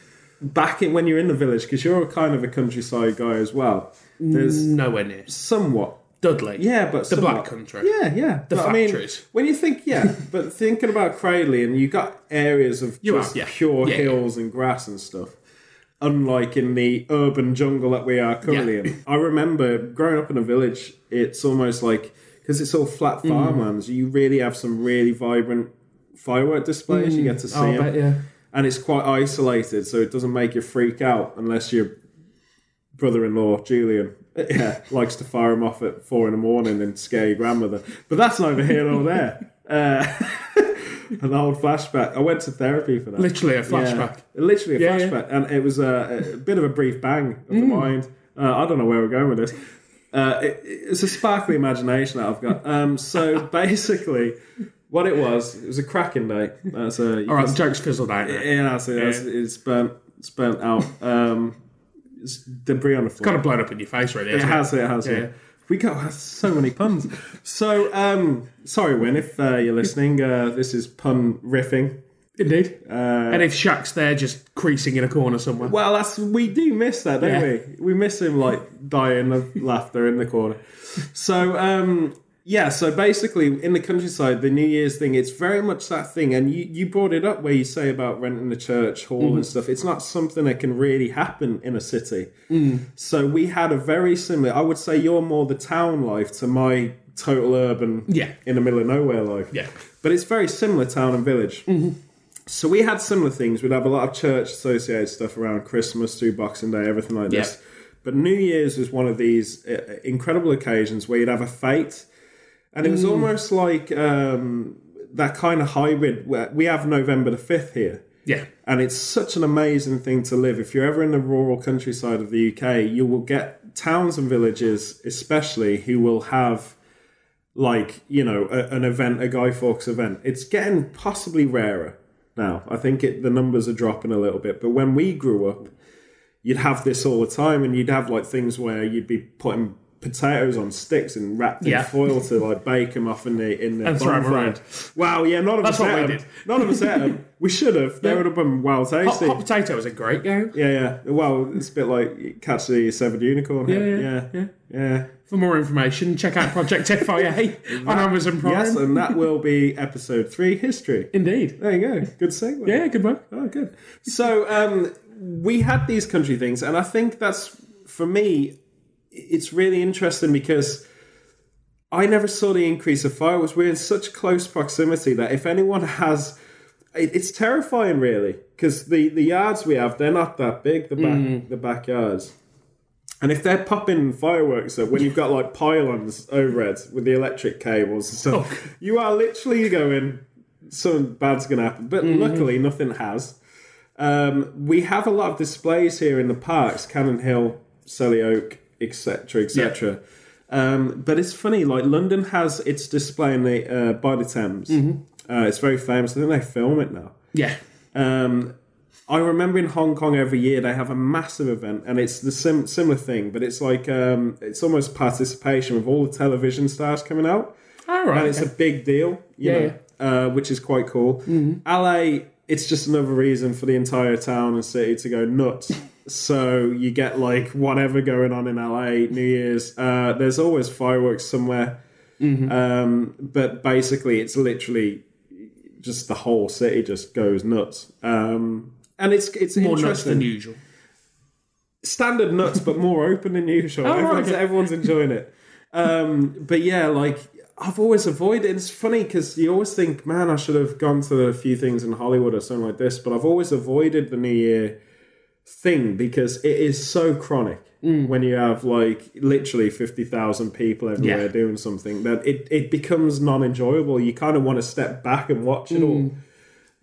Speaker 1: back in when you're in the village, because you're kind of a countryside guy as well. There's
Speaker 2: Nowhere near.
Speaker 1: somewhat.
Speaker 2: Dudley.
Speaker 1: Yeah, but
Speaker 2: The
Speaker 1: somewhat.
Speaker 2: Black Country.
Speaker 1: Yeah, yeah. The
Speaker 2: factories.
Speaker 1: when you think, yeah, but thinking about Cradley, and you got areas of
Speaker 2: You
Speaker 1: just
Speaker 2: have, yeah.
Speaker 1: pure
Speaker 2: Yeah, yeah.
Speaker 1: hills and grass and stuff. Unlike in the urban jungle that we are currently in, I remember growing up in a village. It's almost like because it's all flat
Speaker 2: Mm.
Speaker 1: farmlands. You really have some really vibrant firework displays. You get to see
Speaker 2: Oh, I
Speaker 1: 'em
Speaker 2: bet, yeah.
Speaker 1: and it's quite isolated, so it doesn't make you freak out unless your brother-in-law Julian yeah, likes to fire him off at four in the morning and scare your grandmother. But that's neither here nor there. Uh, an old flashback. I went to therapy for that.
Speaker 2: Literally a
Speaker 1: Yeah,
Speaker 2: flashback.
Speaker 1: literally a
Speaker 2: Yeah, Hmm. yeah.
Speaker 1: flashback, and it was a, a bit of a brief bang of the mind. Uh, I don't know where we're going with this. Uh, it, it's a sparkly imagination that I've got. Um, so basically, what it was, it was a cracking day. That's a
Speaker 2: All right, the joke's fizzled out. now.
Speaker 1: yeah, that's it. That's, it's burnt. It's burnt out. Um, it's debris on the floor.
Speaker 2: Kind of blown up in your face, really.
Speaker 1: it
Speaker 2: hasn't
Speaker 1: has. It has. Yeah.
Speaker 2: Yeah.
Speaker 1: We got so many puns. So, um, sorry, Win, if uh, you're listening, uh, this is pun riffing.
Speaker 2: it? Indeed. and if Shaq's there just creasing in a corner somewhere.
Speaker 1: uh, Well, that's we do miss that, don't
Speaker 2: Yeah.
Speaker 1: we? We miss him like dying of laughter in the corner. So, um, yeah. So basically, in the countryside, the New Year's thing, it's very much that thing. And you, you brought it up where you say about renting the church hall
Speaker 2: Mm-hmm.
Speaker 1: and stuff. It's not something that can really happen in a city.
Speaker 2: Mm.
Speaker 1: So we had a very similar. I would say you're more the town life to my total urban
Speaker 2: Yeah.
Speaker 1: in the middle of nowhere life.
Speaker 2: Yeah.
Speaker 1: But it's very similar town and village. So we had similar things. We'd have a lot of church associated stuff around Christmas through Boxing Day, everything like this. But New Year's was one of these uh, incredible occasions where you'd have a fete, and it was almost like um, that kind of hybrid. Where we have November the fifth here,
Speaker 2: Yeah.
Speaker 1: and it's such an amazing thing to live. If you're ever in the rural countryside of the UK, you will get towns and villages, especially, who will have like you know a, an event, a Guy Fawkes event. It's getting possibly rarer now. I think it, the numbers are dropping a little bit, but when we grew up, you'd have this all the time, and you'd have like things where you'd be putting potatoes on sticks and wrapped in
Speaker 2: Yeah.
Speaker 1: foil to like bake them off in the in the
Speaker 2: And throw 'em
Speaker 1: bonfire.
Speaker 2: around.
Speaker 1: Wow, yeah, none of
Speaker 2: That's
Speaker 1: us
Speaker 2: what
Speaker 1: ate
Speaker 2: we
Speaker 1: 'em.
Speaker 2: did.
Speaker 1: None of us ate 'em. We should have. They would have been well
Speaker 2: Hot,
Speaker 1: tasty.
Speaker 2: hot potato is a great game.
Speaker 1: Yeah, yeah. Well, it's a bit like catch the severed unicorn. here.
Speaker 2: Yeah,
Speaker 1: yeah, yeah.
Speaker 2: For more information, check out Project FIA on Amazon Prime.
Speaker 1: Yes, and that will be episode three history.
Speaker 2: Indeed.
Speaker 1: There you go. Good segue.
Speaker 2: Yeah, good one.
Speaker 1: Oh, good. So um, we had these country things, and I think that's for me. It's really interesting because I never saw the increase of fireworks. We're in such close proximity that if anyone has, it, it's terrifying, really, because the the yards we have they're not that big. The back the backyards. And if they're popping fireworks up when you've got like pylons overhead with the electric cables and stuff,
Speaker 2: Oh.
Speaker 1: you are literally going, something bad's going to happen. But luckily, nothing has. Um, we have a lot of displays here in the parks, Cannon Hill, Selly Oak, etc., etc. Um, but it's funny, like London has its display in the, uh, by the Thames. Uh, it's very famous. I think they film it now.
Speaker 2: Yeah.
Speaker 1: Um, I remember in Hong Kong every year they have a massive event, and it's the sim- similar thing, but it's like um, it's almost participation with all the television stars coming out,
Speaker 2: All right.
Speaker 1: and it's a big deal, you
Speaker 2: Yeah, Mm-hmm.
Speaker 1: know, Uh, which is quite cool. LA, it's just another reason for the entire town and city to go nuts. so you get like whatever going on in LA, New Year's. Uh, there's always fireworks somewhere,
Speaker 2: Mm-hmm.
Speaker 1: um, but basically it's literally just the whole city just goes nuts. Um, and it's it's
Speaker 2: more nuts
Speaker 1: interesting.
Speaker 2: than usual.
Speaker 1: Standard nuts, but more open than usual.
Speaker 2: Oh, right,
Speaker 1: everyone's,
Speaker 2: okay.
Speaker 1: everyone's enjoying it. Um, but yeah, like I've always avoided. It's funny because you always think, man, I should have gone to a few things in Hollywood or something like this. But I've always avoided the New Year thing because it is so chronic.
Speaker 2: Mm.
Speaker 1: When you have like literally fifty thousand people everywhere
Speaker 2: Yeah.
Speaker 1: doing something, that it, it becomes non enjoyable. You kind of want to step back and watch it all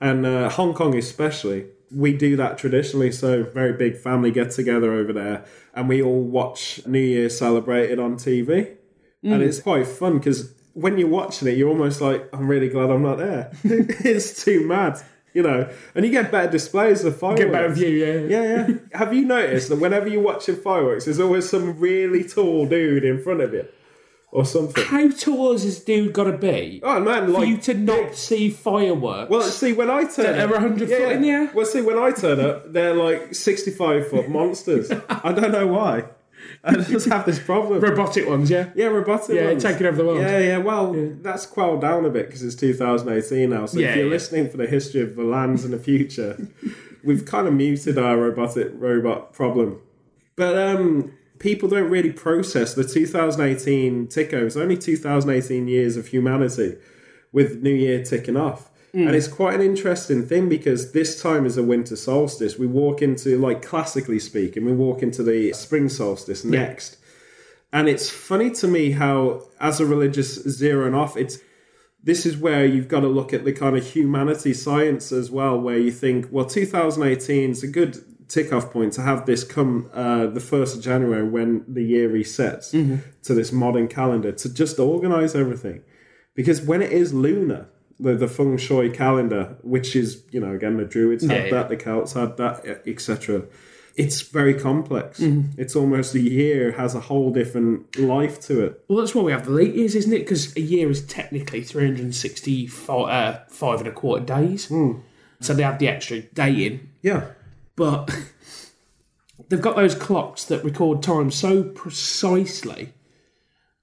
Speaker 1: and uh, Hong Kong especially. We do that traditionally, so very big family get together over there, and we all watch New Year celebrated on TV,
Speaker 2: Mm.
Speaker 1: and it's quite fun because when you're watching it, you're almost like, I'm really glad I'm not there. it's too mad, you know. And you get better displays of fireworks.
Speaker 2: Get better view, yeah.
Speaker 1: Yeah, yeah. Have you noticed that whenever you're watching fireworks, there's always some really tall dude in front of you, or something?
Speaker 2: How tall has this dude got to be
Speaker 1: Oh man,
Speaker 2: for
Speaker 1: like
Speaker 2: you to not see fireworks?
Speaker 1: Well, see, when I turn
Speaker 2: They're
Speaker 1: up,
Speaker 2: 100 foot in the air?
Speaker 1: Well, see, when I turn up, they're like sixty-five foot monsters. I don't know why. I just have this problem.
Speaker 2: robotic ones, yeah.
Speaker 1: Yeah, robotic.
Speaker 2: Yeah,
Speaker 1: ones.
Speaker 2: taking over the world.
Speaker 1: Yeah, yeah. Well, that's quelled down a bit because it's 2018 now. So
Speaker 2: Yeah,
Speaker 1: if you're
Speaker 2: yeah.
Speaker 1: listening for the history of the lands and the future, we've kind of muted our robotic robot problem. But um, people don't really process the 2018 ticko. It's only 2018 years of humanity with New Year ticking off.
Speaker 2: Mm.
Speaker 1: And it's quite an interesting thing because this time is a winter solstice. We walk into, like classically speaking, we walk into the spring solstice next. And it's funny to me how, as a religious zeroing off, it's this is where you've got to look at the kind of humanity science as well, where you think, well, 2018 is a good tick off point to have this come uh, the 1st of January when the year resets
Speaker 2: Mm-hmm.
Speaker 1: to this modern calendar to just organize everything. Because when it is lunar, the, the feng shui calendar, which is, you know, again, the Druids had
Speaker 2: Yeah,
Speaker 1: that, the
Speaker 2: yeah.
Speaker 1: Celts had that, etc. It's very complex.
Speaker 2: Mm-hmm.
Speaker 1: It's almost a year has a whole different life to it.
Speaker 2: Well, that's why we have the leap years, isn't it? Because a year is technically 365 uh, five and a quarter days.
Speaker 1: Hmm.
Speaker 2: So they have the extra day in.
Speaker 1: Yeah.
Speaker 2: But they've got those clocks that record time so precisely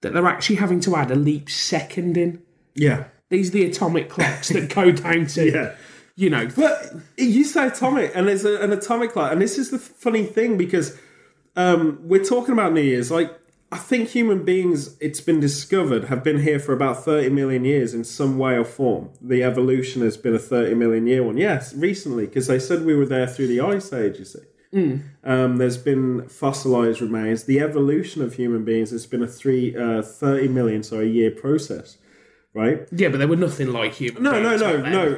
Speaker 2: that they're actually having to add a leap second in.
Speaker 1: Yeah.
Speaker 2: These are the atomic clocks that go down to,
Speaker 1: Yeah.
Speaker 2: you know,
Speaker 1: But you say atomic, and there's a, an atomic light, and this is the funny thing because um, we're talking about New Year's. Like I think human beings, it's been discovered, have been here for about 30 million years in some way or form. The evolution has been a 30 million year one. Yes, recently, because they said we were there through the ice age, you see. Um, there's been fossilized remains. The evolution of human beings has been a three, uh, 30 million sorry, year process, right?
Speaker 2: Yeah, but they were nothing like human.
Speaker 1: No, no,
Speaker 2: beings
Speaker 1: no,
Speaker 2: back then.
Speaker 1: no.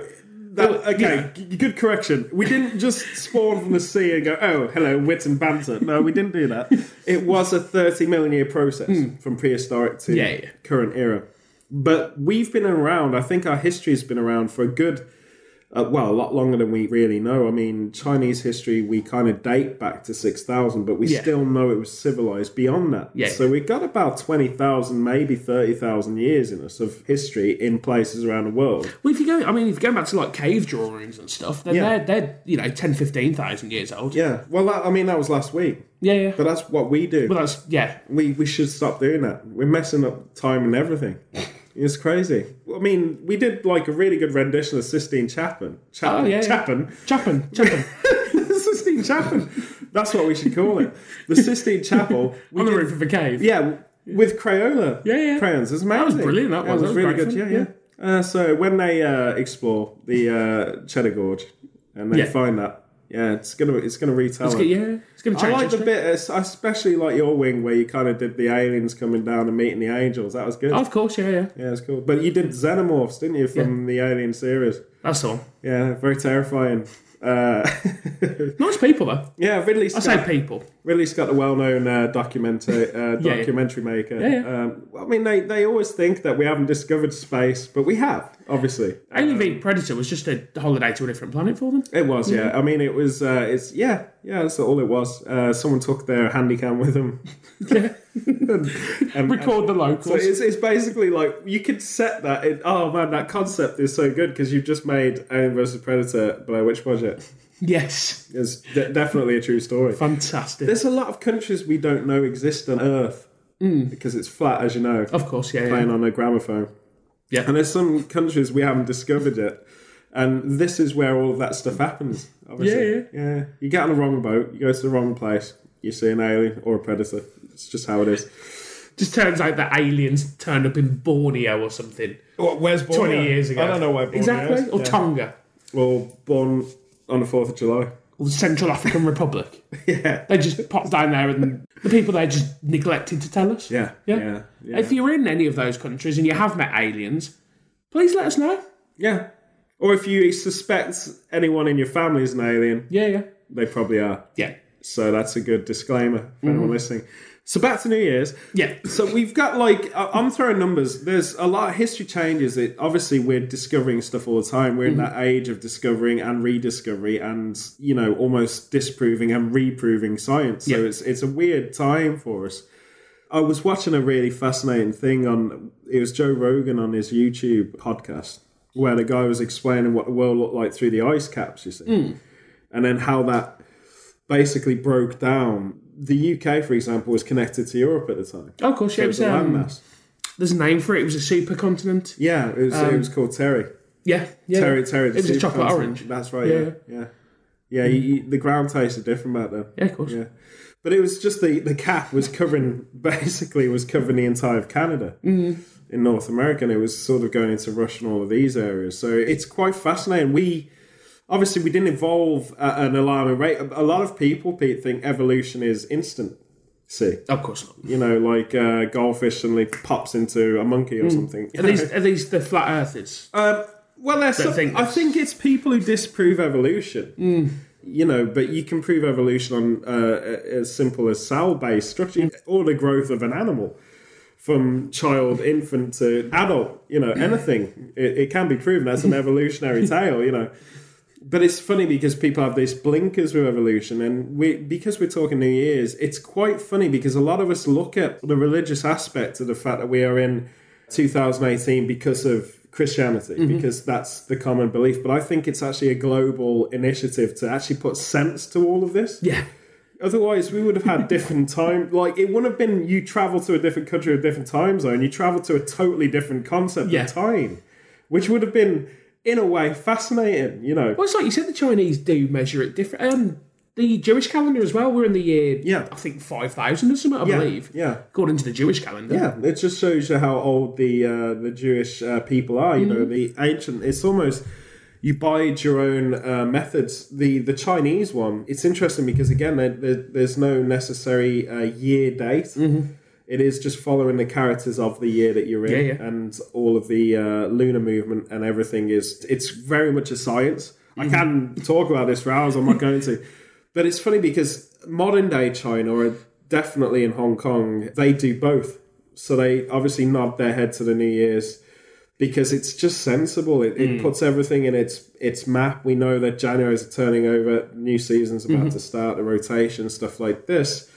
Speaker 1: That,
Speaker 2: Well,
Speaker 1: okay, g- good correction. We didn't just spawn from the sea and go, oh, hello, wit and banter. No, we didn't do that. It was a 30 million year process from prehistoric to
Speaker 2: Hmm. Yeah, yeah.
Speaker 1: current era. But we've been around, I think our history's been around for a good, uh, well, a lot longer than we really know. I mean, Chinese history, we kind of date back to 6,000, but we
Speaker 2: Yeah.
Speaker 1: still know it was civilized beyond that.
Speaker 2: Yeah.
Speaker 1: So we've got about 20,000, maybe 30,000 years in us of history in places around the world.
Speaker 2: Well, if you go, I mean, if you go back to like cave drawings and stuff, then
Speaker 1: Yeah.
Speaker 2: they're they're you know 10, 15,000 years old.
Speaker 1: Yeah. Well, that, I mean, that was last week,
Speaker 2: yeah, yeah.
Speaker 1: but that's what we do.
Speaker 2: Well, that's yeah.
Speaker 1: we we should stop doing that. We're messing up time and everything. It's crazy. I mean, we did like a really good rendition of Sistine Chapman. Chapman.
Speaker 2: Oh, yeah, yeah.
Speaker 1: Chapman.
Speaker 2: Chapin, Chapin.
Speaker 1: Sistine Chapman. That's what we should call it. The Sistine Chapel. We
Speaker 2: on the
Speaker 1: did-
Speaker 2: roof of a cave.
Speaker 1: yeah, with Crayola
Speaker 2: Yeah, yeah.
Speaker 1: crayons. It's amazing. That
Speaker 2: was brilliant, that
Speaker 1: It was,
Speaker 2: was. That was
Speaker 1: really
Speaker 2: great
Speaker 1: good.
Speaker 2: fun,
Speaker 1: Yeah, yeah. Uh, so when they uh, explore the uh, Cheddar Gorge and they
Speaker 2: Yeah.
Speaker 1: find that, yeah, it's gonna it's gonna retell. it.
Speaker 2: yeah. It's going to
Speaker 1: I
Speaker 2: change.
Speaker 1: like the
Speaker 2: history.
Speaker 1: bit, es- I especially like your wing where you kind of did the aliens coming down and meeting the angels. That was good.
Speaker 2: Oh, of course, yeah, yeah.
Speaker 1: Yeah, it's cool. But you did xenomorphs, didn't you, from the Alien series?
Speaker 2: That's all.
Speaker 1: Yeah, very terrifying. Uh,
Speaker 2: Nice people though.
Speaker 1: yeah, Ridley
Speaker 2: I
Speaker 1: Scott.
Speaker 2: say people.
Speaker 1: Ridley Scott, the well-known uh, documenta- uh,
Speaker 2: Yeah, yeah.
Speaker 1: documentary maker.
Speaker 2: Yeah,
Speaker 1: Um, I mean, they, they always think that we haven't discovered space, but we have, obviously.
Speaker 2: Alien v Predator was just a holiday to a different planet for them.
Speaker 1: It was,
Speaker 2: Mm.
Speaker 1: yeah. I mean, it was. Uh, it's yeah, yeah. That's all it was. Uh, someone took their handy cam with them.
Speaker 2: Yeah.
Speaker 1: And- and-
Speaker 2: Record the
Speaker 1: So
Speaker 2: locals.
Speaker 1: it's, it's basically like you could set that. In, oh man, that concept is so good because you've just made Alien vs Predator Blair Witch Project.
Speaker 2: yes.
Speaker 1: It's de- definitely a true story.
Speaker 2: Fantastic.
Speaker 1: There's a lot of countries we don't know exist on Earth because it's flat, as you know,
Speaker 2: of course, yeah, yeah.
Speaker 1: playing on a gramophone.
Speaker 2: Yeah.
Speaker 1: and there's some countries we haven't discovered yet. And this is where all of that stuff happens. Obviously.
Speaker 2: Yeah,
Speaker 1: yeah, yeah. You get on the wrong boat, you go to the wrong place, you see an alien or a predator. It's just how it is.
Speaker 2: Just turns out that aliens turned up in Borneo or something
Speaker 1: Where's Borneo?
Speaker 2: 20 years ago.
Speaker 1: I don't know where Borneo
Speaker 2: Exactly.
Speaker 1: is.
Speaker 2: Or
Speaker 1: Yeah.
Speaker 2: Tonga.
Speaker 1: Well, born on the 4th of July.
Speaker 2: Or the Central African Republic.
Speaker 1: Yeah.
Speaker 2: They just popped down there and the people there just neglected to tell us.
Speaker 1: Yeah.
Speaker 2: Yeah.
Speaker 1: Yeah. Yeah.
Speaker 2: If you're in any of those countries and you have met aliens, please let us know.
Speaker 1: yeah. Or if you suspect anyone in your family is an alien,
Speaker 2: Yeah, yeah.
Speaker 1: they probably are.
Speaker 2: Yeah.
Speaker 1: So that's a good disclaimer for anyone listening. So back to New Year's.
Speaker 2: Yeah.
Speaker 1: So we've got like I- I'm throwing numbers. There's a lot of history changes. It obviously we're discovering stuff all the time. We're in that age of discovering and rediscovery, and you know almost disproving and reproving science. So
Speaker 2: Yeah.
Speaker 1: it's it's a weird time for us. I was watching a really fascinating thing on it was Joe Rogan on his YouTube podcast where the guy was explaining what the world looked like through the ice caps. You see, and then how that basically broke down. The UK, for example, was connected to Europe at the time.
Speaker 2: Oh, of course, yeah, it
Speaker 1: It
Speaker 2: was,
Speaker 1: was a
Speaker 2: um,
Speaker 1: landmass.
Speaker 2: there's a name for it. It was a supercontinent.
Speaker 1: Yeah, it was, it was called Terry.
Speaker 2: Um, Yeah, yeah.
Speaker 1: Terry, Terry. The
Speaker 2: it was a
Speaker 1: super
Speaker 2: chocolate
Speaker 1: continent.
Speaker 2: orange.
Speaker 1: That's right.
Speaker 2: Yeah.
Speaker 1: Yeah, yeah. Yeah, you, you, the ground tasted different back then.
Speaker 2: Yeah, of course.
Speaker 1: Yeah. But it was just the, the cap was covering, basically, was covering the entire of Canada
Speaker 2: Mm.
Speaker 1: in North America, and it was sort of going into Russia and all of these areas. So it's quite fascinating. We, obviously, we didn't evolve at an alarming rate. A a lot of people, Pete, think evolution is instant. See,
Speaker 2: Of course not.
Speaker 1: you know, like uh, goldfish suddenly pops into a monkey or something.
Speaker 2: Mm. At least, at least the flat earthers.
Speaker 1: Um, well, there's some,
Speaker 2: think
Speaker 1: I
Speaker 2: that's-
Speaker 1: think it's people who disprove evolution. You know, but you can prove evolution on uh, as simple as cell-based structure or the growth of an animal from child, infant to adult. You know, anything it, it can be proven. That's an evolutionary tale. You know, but it's funny because people have these blinkers with evolution, and we because we're talking New Year's, it's quite funny because a lot of us look at the religious aspect of the fact that we are in 2018 because of Christianity, because that's the common belief. But I think it's actually a global initiative to actually put sense to all of this.
Speaker 2: Yeah,
Speaker 1: Otherwise, we would have had different time. Like it wouldn't have been you travel to a different country with a different time zone. You travel to a totally different concept
Speaker 2: Yeah.
Speaker 1: of time, which would have been in a way fascinating. You know.
Speaker 2: well, it's like you said. The Chinese do measure it different. Um, the Jewish calendar as well. We're in the year,
Speaker 1: Yeah.
Speaker 2: I think five thousand or something. I
Speaker 1: Yeah,
Speaker 2: believe,
Speaker 1: yeah.
Speaker 2: according to the Jewish calendar.
Speaker 1: Yeah, it just shows you how old the uh, the Jewish uh, people are. You know, the ancient. It's almost you bide your own uh, methods. The the Chinese one. It's interesting because again, there, there, there's no necessary uh, year date. It is just following the characters of the year that you're in,
Speaker 2: Yeah, yeah.
Speaker 1: and all of the uh, lunar movement and everything is. It's very much a science.
Speaker 2: Mm.
Speaker 1: I can talk about this for hours. I'm not going to. But it's funny because modern day China, or definitely in Hong Kong, they do both. So they obviously nod their head to the New Year's because it's just sensible. It,
Speaker 2: Mm.
Speaker 1: it puts everything in its its map. We know that January is turning over, new season's about
Speaker 2: Mm-hmm.
Speaker 1: to start, the rotation, stuff like this.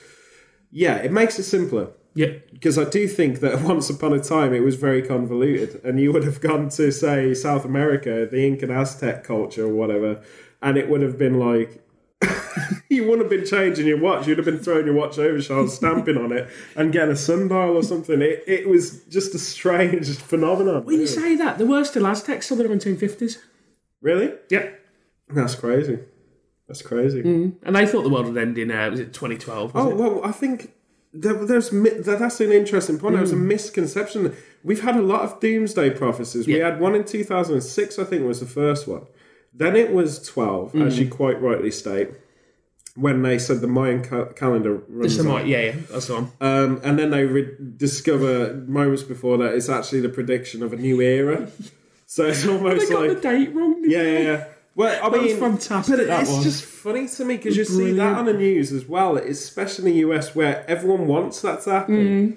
Speaker 1: Yeah, it makes it simpler
Speaker 2: yeah,
Speaker 1: because I do think that once upon a time it was very convoluted, and you would have gone to say South America, the Incan Aztec culture or whatever, and it would have been like. you wouldn't have been changing your watch. You'd have been throwing your watch over, Charles, stamping on it, and getting a sundial or something. It, it was just a strange phenomenon.
Speaker 2: When you say that, there were still Aztecs till the nineteen fifties.
Speaker 1: Really?
Speaker 2: Yeah,
Speaker 1: That's crazy. That's crazy.
Speaker 2: and they thought the world would end in uh, was it twenty twelve?
Speaker 1: Oh well, I think there, there's mi- that, that's an interesting point. There was a misconception. We've had a lot of doomsday prophecies. We had one in 2006, I think, was the first one. Then it was 12, as you quite rightly state, when they said the Mayan ca- calendar runs out.
Speaker 2: yeah, yeah, that's the one.
Speaker 1: Um, and then they re- discover moments before that it's actually the prediction of a new era. So it's
Speaker 2: they
Speaker 1: almost
Speaker 2: got
Speaker 1: like
Speaker 2: the date wrong.
Speaker 1: yeah, yeah, yeah. Well, I
Speaker 2: That was
Speaker 1: mean,
Speaker 2: fantastic,
Speaker 1: But
Speaker 2: that
Speaker 1: it's
Speaker 2: was.
Speaker 1: just funny to me because you see that
Speaker 2: Brilliant.
Speaker 1: on the news as well, especially in the US, where everyone wants that to happen.
Speaker 2: Mm.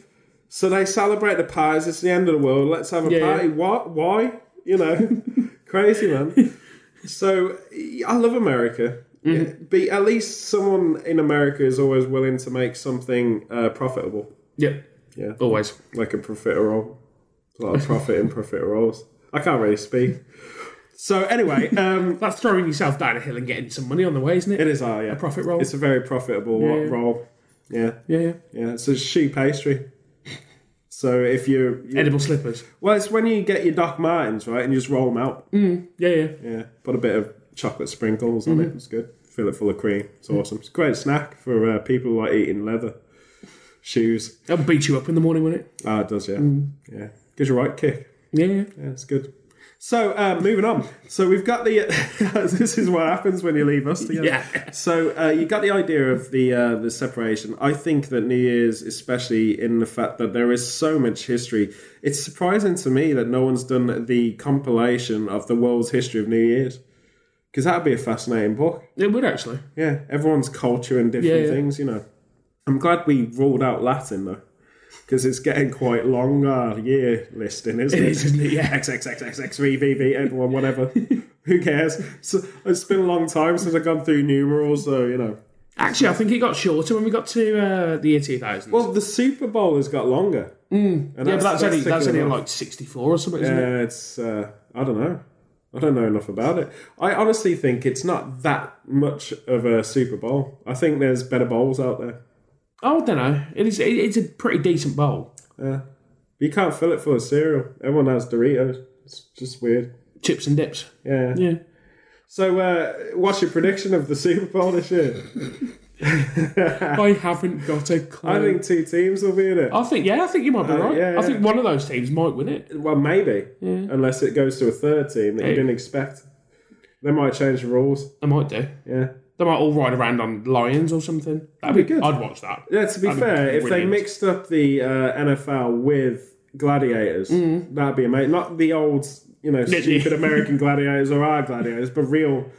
Speaker 1: So they celebrate the pies. It's the end of the world. Let's have a
Speaker 2: Yeah,
Speaker 1: party. What? Why? You know, crazy man. So I love America.
Speaker 2: Mm-hmm.
Speaker 1: But at least someone in America is always willing to make something uh, profitable,
Speaker 2: Yep.
Speaker 1: Yeah.
Speaker 2: Always.
Speaker 1: like a profiterole. A lot of profit in profiteroles. I can't really speak. So anyway, um,
Speaker 2: That's throwing yourself down a hill and getting some money on the way, isn't it?
Speaker 1: It is our yeah. A
Speaker 2: profit roll.
Speaker 1: It's a very profitable wa-
Speaker 2: Yeah.
Speaker 1: roll. Yeah,
Speaker 2: yeah, yeah.
Speaker 1: yeah. It's a shoe pastry. So if you, you
Speaker 2: Edible slippers.
Speaker 1: well, it's when you get your Doc Martens right, and you just roll them out.
Speaker 2: Yeah, yeah.
Speaker 1: Yeah, put a bit of chocolate sprinkles on
Speaker 2: Mm-hmm.
Speaker 1: it. It's good. Fill it full of cream. It's
Speaker 2: Mm.
Speaker 1: awesome. It's a great snack for uh, people who like eating leather shoes.
Speaker 2: That'll beat you up in the morning, won't it?
Speaker 1: Ah, it does yeah,
Speaker 2: Mm.
Speaker 1: yeah. Gives you a right kick.
Speaker 2: Yeah, yeah.
Speaker 1: Yeah, it's good. So uh, moving on. So we've got the. this is what happens when you leave us together.
Speaker 2: Yeah.
Speaker 1: So uh, you got the idea of the uh, the separation. I think that New Year's, especially in the fact that there is so much history, it's surprising to me that no one's done the compilation of the world's history of New Year's. Because that'd be a fascinating book.
Speaker 2: It would actually.
Speaker 1: Yeah, everyone's culture and different
Speaker 2: Yeah, yeah.
Speaker 1: things. You know, I'm glad we ruled out Latin though, because it's getting quite long uh, year listing, isn't it?
Speaker 2: It is, isn't it? Yeah.
Speaker 1: XXXXXVVV, everyone, whatever. Who cares? So, it's been a long time since I've gone through numerals, so you know.
Speaker 2: Actually, I think it got shorter when we got to uh, the year 2000.
Speaker 1: Well, the Super Bowl has got longer. Mm.
Speaker 2: yeah, but that's, only, that's only like 64 or something, isn't it?
Speaker 1: Uh, it's uh, I don't know. I don't know enough about it. I honestly think it's not that much of a Super Bowl. I think there's better bowls out there.
Speaker 2: Oh, I don't know. It is, it, it's a pretty decent bowl.
Speaker 1: You can't fill it full of cereal. Everyone has Doritos. It's just weird.
Speaker 2: Chips and dips.
Speaker 1: Yeah.
Speaker 2: Yeah.
Speaker 1: So, uh, what's your prediction of the Super Bowl this year?
Speaker 2: I haven't got a clue.
Speaker 1: I think two teams will be in it.
Speaker 2: I think, Uh, yeah, I think you might be right.
Speaker 1: yeah,
Speaker 2: I think one of those teams might win it.
Speaker 1: Well, maybe. Unless it goes to a third team that you
Speaker 2: Hey.
Speaker 1: didn't expect. They might change the rules.
Speaker 2: They might do.
Speaker 1: Yeah.
Speaker 2: They might all ride around on lions or something. That'd be
Speaker 1: be good.
Speaker 2: good. I'd watch that.
Speaker 1: Yeah, to be
Speaker 2: That'd be
Speaker 1: fair, if they
Speaker 2: brilliant.
Speaker 1: mixed up the uh, NFL with gladiators,
Speaker 2: Mm.
Speaker 1: that'd be amazing. Not the old, you know, stupid American gladiators or our gladiators, but real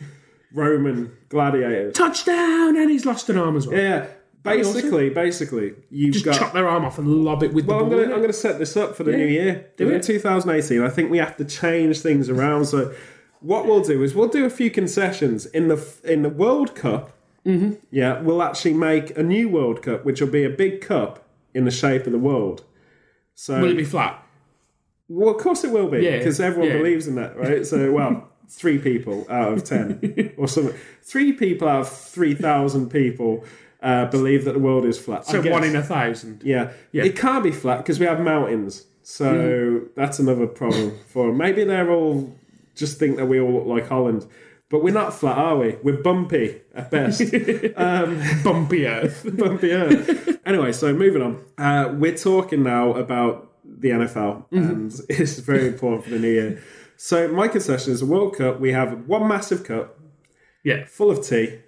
Speaker 1: Roman gladiators.
Speaker 2: Touchdown! And he's lost an arm as well.
Speaker 1: Yeah. Basically, basically, you've
Speaker 2: Just
Speaker 1: got
Speaker 2: chop their arm off and lob it with
Speaker 1: Well,
Speaker 2: the
Speaker 1: I'm
Speaker 2: ball.
Speaker 1: gonna I'm gonna set this up for the new year.
Speaker 2: do
Speaker 1: We're
Speaker 2: it.
Speaker 1: in 2018. I think we have to change things around. So, what we'll do is we'll do a few concessions in the in the World Cup. Mm-hmm. Yeah, we'll actually make a new World Cup, which will be a big cup in the shape of the world. So,
Speaker 2: Will it be flat?
Speaker 1: well, of course it will be
Speaker 2: Yeah,
Speaker 1: because everyone
Speaker 2: yeah.
Speaker 1: believes in that, right? So, well, three people out of ten or something. Three people out of three thousand people uh, believe that the world is flat. I
Speaker 2: So
Speaker 1: guess.
Speaker 2: one in a thousand.
Speaker 1: Yeah. It can't be flat because we have mountains. So
Speaker 2: Mm.
Speaker 1: that's another problem for 'em. Maybe they're all just think that we all look like Holland. But we're not flat, are we? We're bumpy at best.
Speaker 2: Bumpy Earth.
Speaker 1: bumpy earth. Anyway, so moving on. Uh, we're talking now about the NFL,
Speaker 2: Mm-hmm.
Speaker 1: and it's very important for the new year. So, my concession is the World Cup. We have one massive cup
Speaker 2: Yeah,
Speaker 1: full of tea,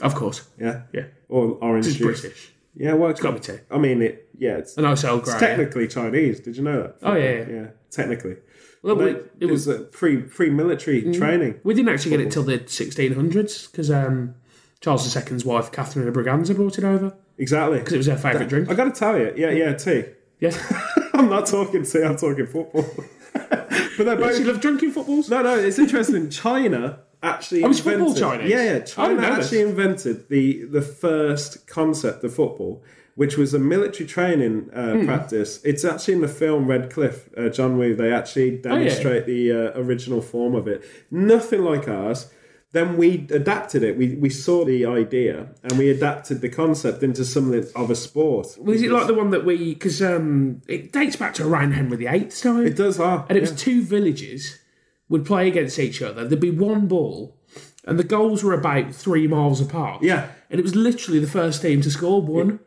Speaker 2: of course.
Speaker 1: yeah,
Speaker 2: Yeah,
Speaker 1: or orange
Speaker 2: it's
Speaker 1: juice.
Speaker 2: British.
Speaker 1: Yeah, well, it's
Speaker 2: Got to be tea.
Speaker 1: I mean, it. Yeah, it's,
Speaker 2: A nice old grey.
Speaker 1: technically Chinese. Did you know that?
Speaker 2: Oh, yeah, yeah.
Speaker 1: yeah. Technically,
Speaker 2: Well, we,
Speaker 1: it,
Speaker 2: it was Mm.
Speaker 1: was a pre pre military training.
Speaker 2: We didn't actually get it till the 1600s because um, Charles II's wife, Catherine of Braganza, brought it over
Speaker 1: Exactly.
Speaker 2: because it was her favourite drink.
Speaker 1: I got to tell you, yeah, yeah, tea.
Speaker 2: Yeah,
Speaker 1: I'm not talking tea. I'm talking football. but they're both
Speaker 2: she loved drinking footballs.
Speaker 1: No, no, it's interesting. China actually
Speaker 2: Oh, it's
Speaker 1: invented.
Speaker 2: football Chinese?
Speaker 1: Yeah, yeah.
Speaker 2: I
Speaker 1: China
Speaker 2: didn't know this.
Speaker 1: actually invented the the first concept of football, which was a military training uh,
Speaker 2: Hmm.
Speaker 1: practice. It's actually in the film Red Cliff, uh, John Woo. They
Speaker 2: Oh,
Speaker 1: actually demonstrate the uh, original form of it. Nothing like ours. Then we adapted it. We, we saw the idea and we adapted the concept into something of a sport.
Speaker 2: Was it like the one that we? Because um, it dates back to around Henry VIII's time,
Speaker 1: It does, ah.
Speaker 2: and it was two villages would play against each other. There'd be one ball, and the goals were about three miles apart.
Speaker 1: Yeah.
Speaker 2: and it was literally the first team to score one,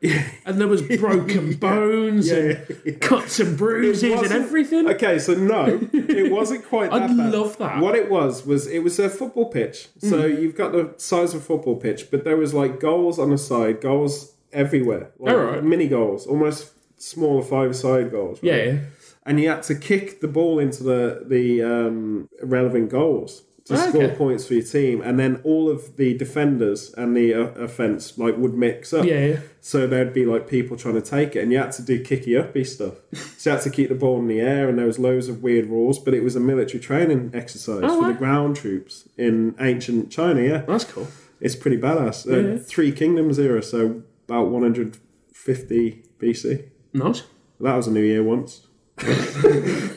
Speaker 2: and there was broken bones and cuts and bruises and
Speaker 1: wasn't-
Speaker 2: everything.
Speaker 1: Okay, so no, it wasn't quite that
Speaker 2: I'd
Speaker 1: bad.
Speaker 2: love that.
Speaker 1: What it was was it was a football pitch. So you've got the size of a football pitch, but there was like goals on the side, goals everywhere. Like
Speaker 2: Alright.
Speaker 1: mini goals, almost smaller five side goals. Right?
Speaker 2: Yeah, yeah.
Speaker 1: And you had to kick the ball into the the um, relevant goals. To
Speaker 2: Ah, Okay.
Speaker 1: score points for your team, and then all of the defenders and the uh, offense like would mix up.
Speaker 2: Yeah, yeah.
Speaker 1: So there'd be like people trying to take it, and you had to do kicky uppy stuff. So you had to keep the ball in the air, and there was loads of weird rules. But it was a military training exercise for
Speaker 2: wow.
Speaker 1: the ground troops in ancient China. Yeah,
Speaker 2: That's cool.
Speaker 1: it's pretty badass. Uh, Three Kingdoms era, so about 150 BC.
Speaker 2: Nice.
Speaker 1: That was a new year once.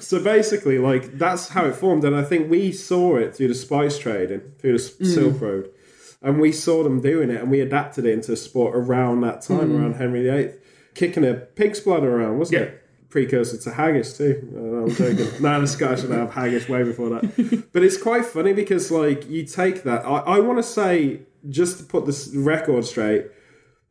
Speaker 1: so basically, like that's how it formed, and I think we saw it through the spice trading, through the S- Silk Road, and we saw them doing it, and we adapted it into a sport around that time, around Henry VIII, kicking a pig's blood around, wasn't
Speaker 2: Yeah.
Speaker 1: it? Precursor to haggis too. Uh, I'm joking. no, the Scottish would have haggis way before that. But it's quite funny because like you take that. I, I want to say just to put this record straight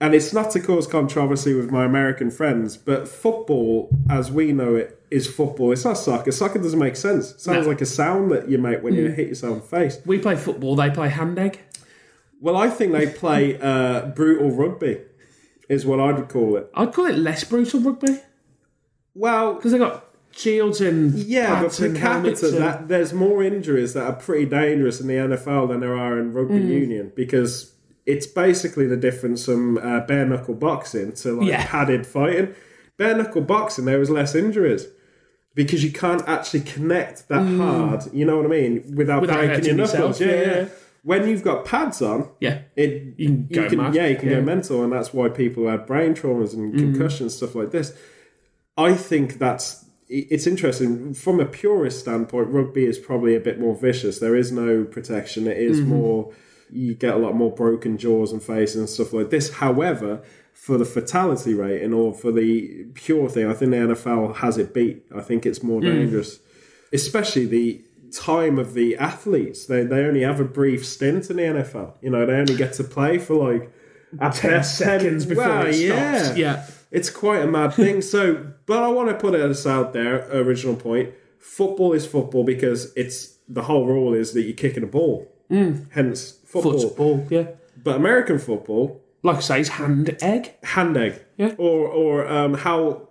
Speaker 1: and it's not to cause controversy with my American friends, but football, as we know it, is football. It's not soccer. Soccer doesn't make sense. It sounds
Speaker 2: No.
Speaker 1: like a sound that you make when you hit yourself in the face.
Speaker 2: We play football, they play hand egg.
Speaker 1: Well, I think they play uh, brutal rugby, is what I would call it.
Speaker 2: I'd call it less brutal rugby
Speaker 1: Well,
Speaker 2: because they got shields and
Speaker 1: yeah, but
Speaker 2: pads
Speaker 1: per
Speaker 2: and helmets
Speaker 1: capita,
Speaker 2: and-
Speaker 1: that, there's more injuries that are pretty dangerous in the NFL than there are in rugby
Speaker 2: Mm.
Speaker 1: union because it's basically the difference from uh, bare knuckle boxing to like
Speaker 2: Yeah.
Speaker 1: padded fighting. Bare knuckle boxing, there was less injuries because you can't actually connect that hard. You know what I mean? Without,
Speaker 2: Mm. Without
Speaker 1: breaking your
Speaker 2: hurting
Speaker 1: knuckles.
Speaker 2: yourself,
Speaker 1: Yeah,
Speaker 2: yeah,
Speaker 1: yeah.
Speaker 2: yeah.
Speaker 1: When you've got pads on,
Speaker 2: yeah,
Speaker 1: it
Speaker 2: You can go mad.
Speaker 1: yeah you can
Speaker 2: Yeah. Mm.
Speaker 1: go mental and that's why people have brain traumas and concussions stuff like this i think that's i- it's interesting from a purist standpoint rugby is probably a bit more vicious there is no protection it
Speaker 2: Mm-hmm.
Speaker 1: is more you get a lot more broken jaws and faces and stuff like this however for the fatality rate and or for the pure thing i think the nfl has it beat i think it's more
Speaker 2: Mm.
Speaker 1: dangerous especially the time of the athletes. They they only have a brief stint in the NFL. You know, they only get to play for like at best ten
Speaker 2: seconds before
Speaker 1: Well,
Speaker 2: it
Speaker 1: yeah.
Speaker 2: stops. Yeah,
Speaker 1: It's quite a mad thing. So, but I want to put it out there. Original point: football is football because it's the whole rule is that you're kicking a ball. Hence football.
Speaker 2: football. Yeah,
Speaker 1: But American football,
Speaker 2: like I say, it's hand egg.
Speaker 1: hand egg.
Speaker 2: Yeah.
Speaker 1: Or or um, how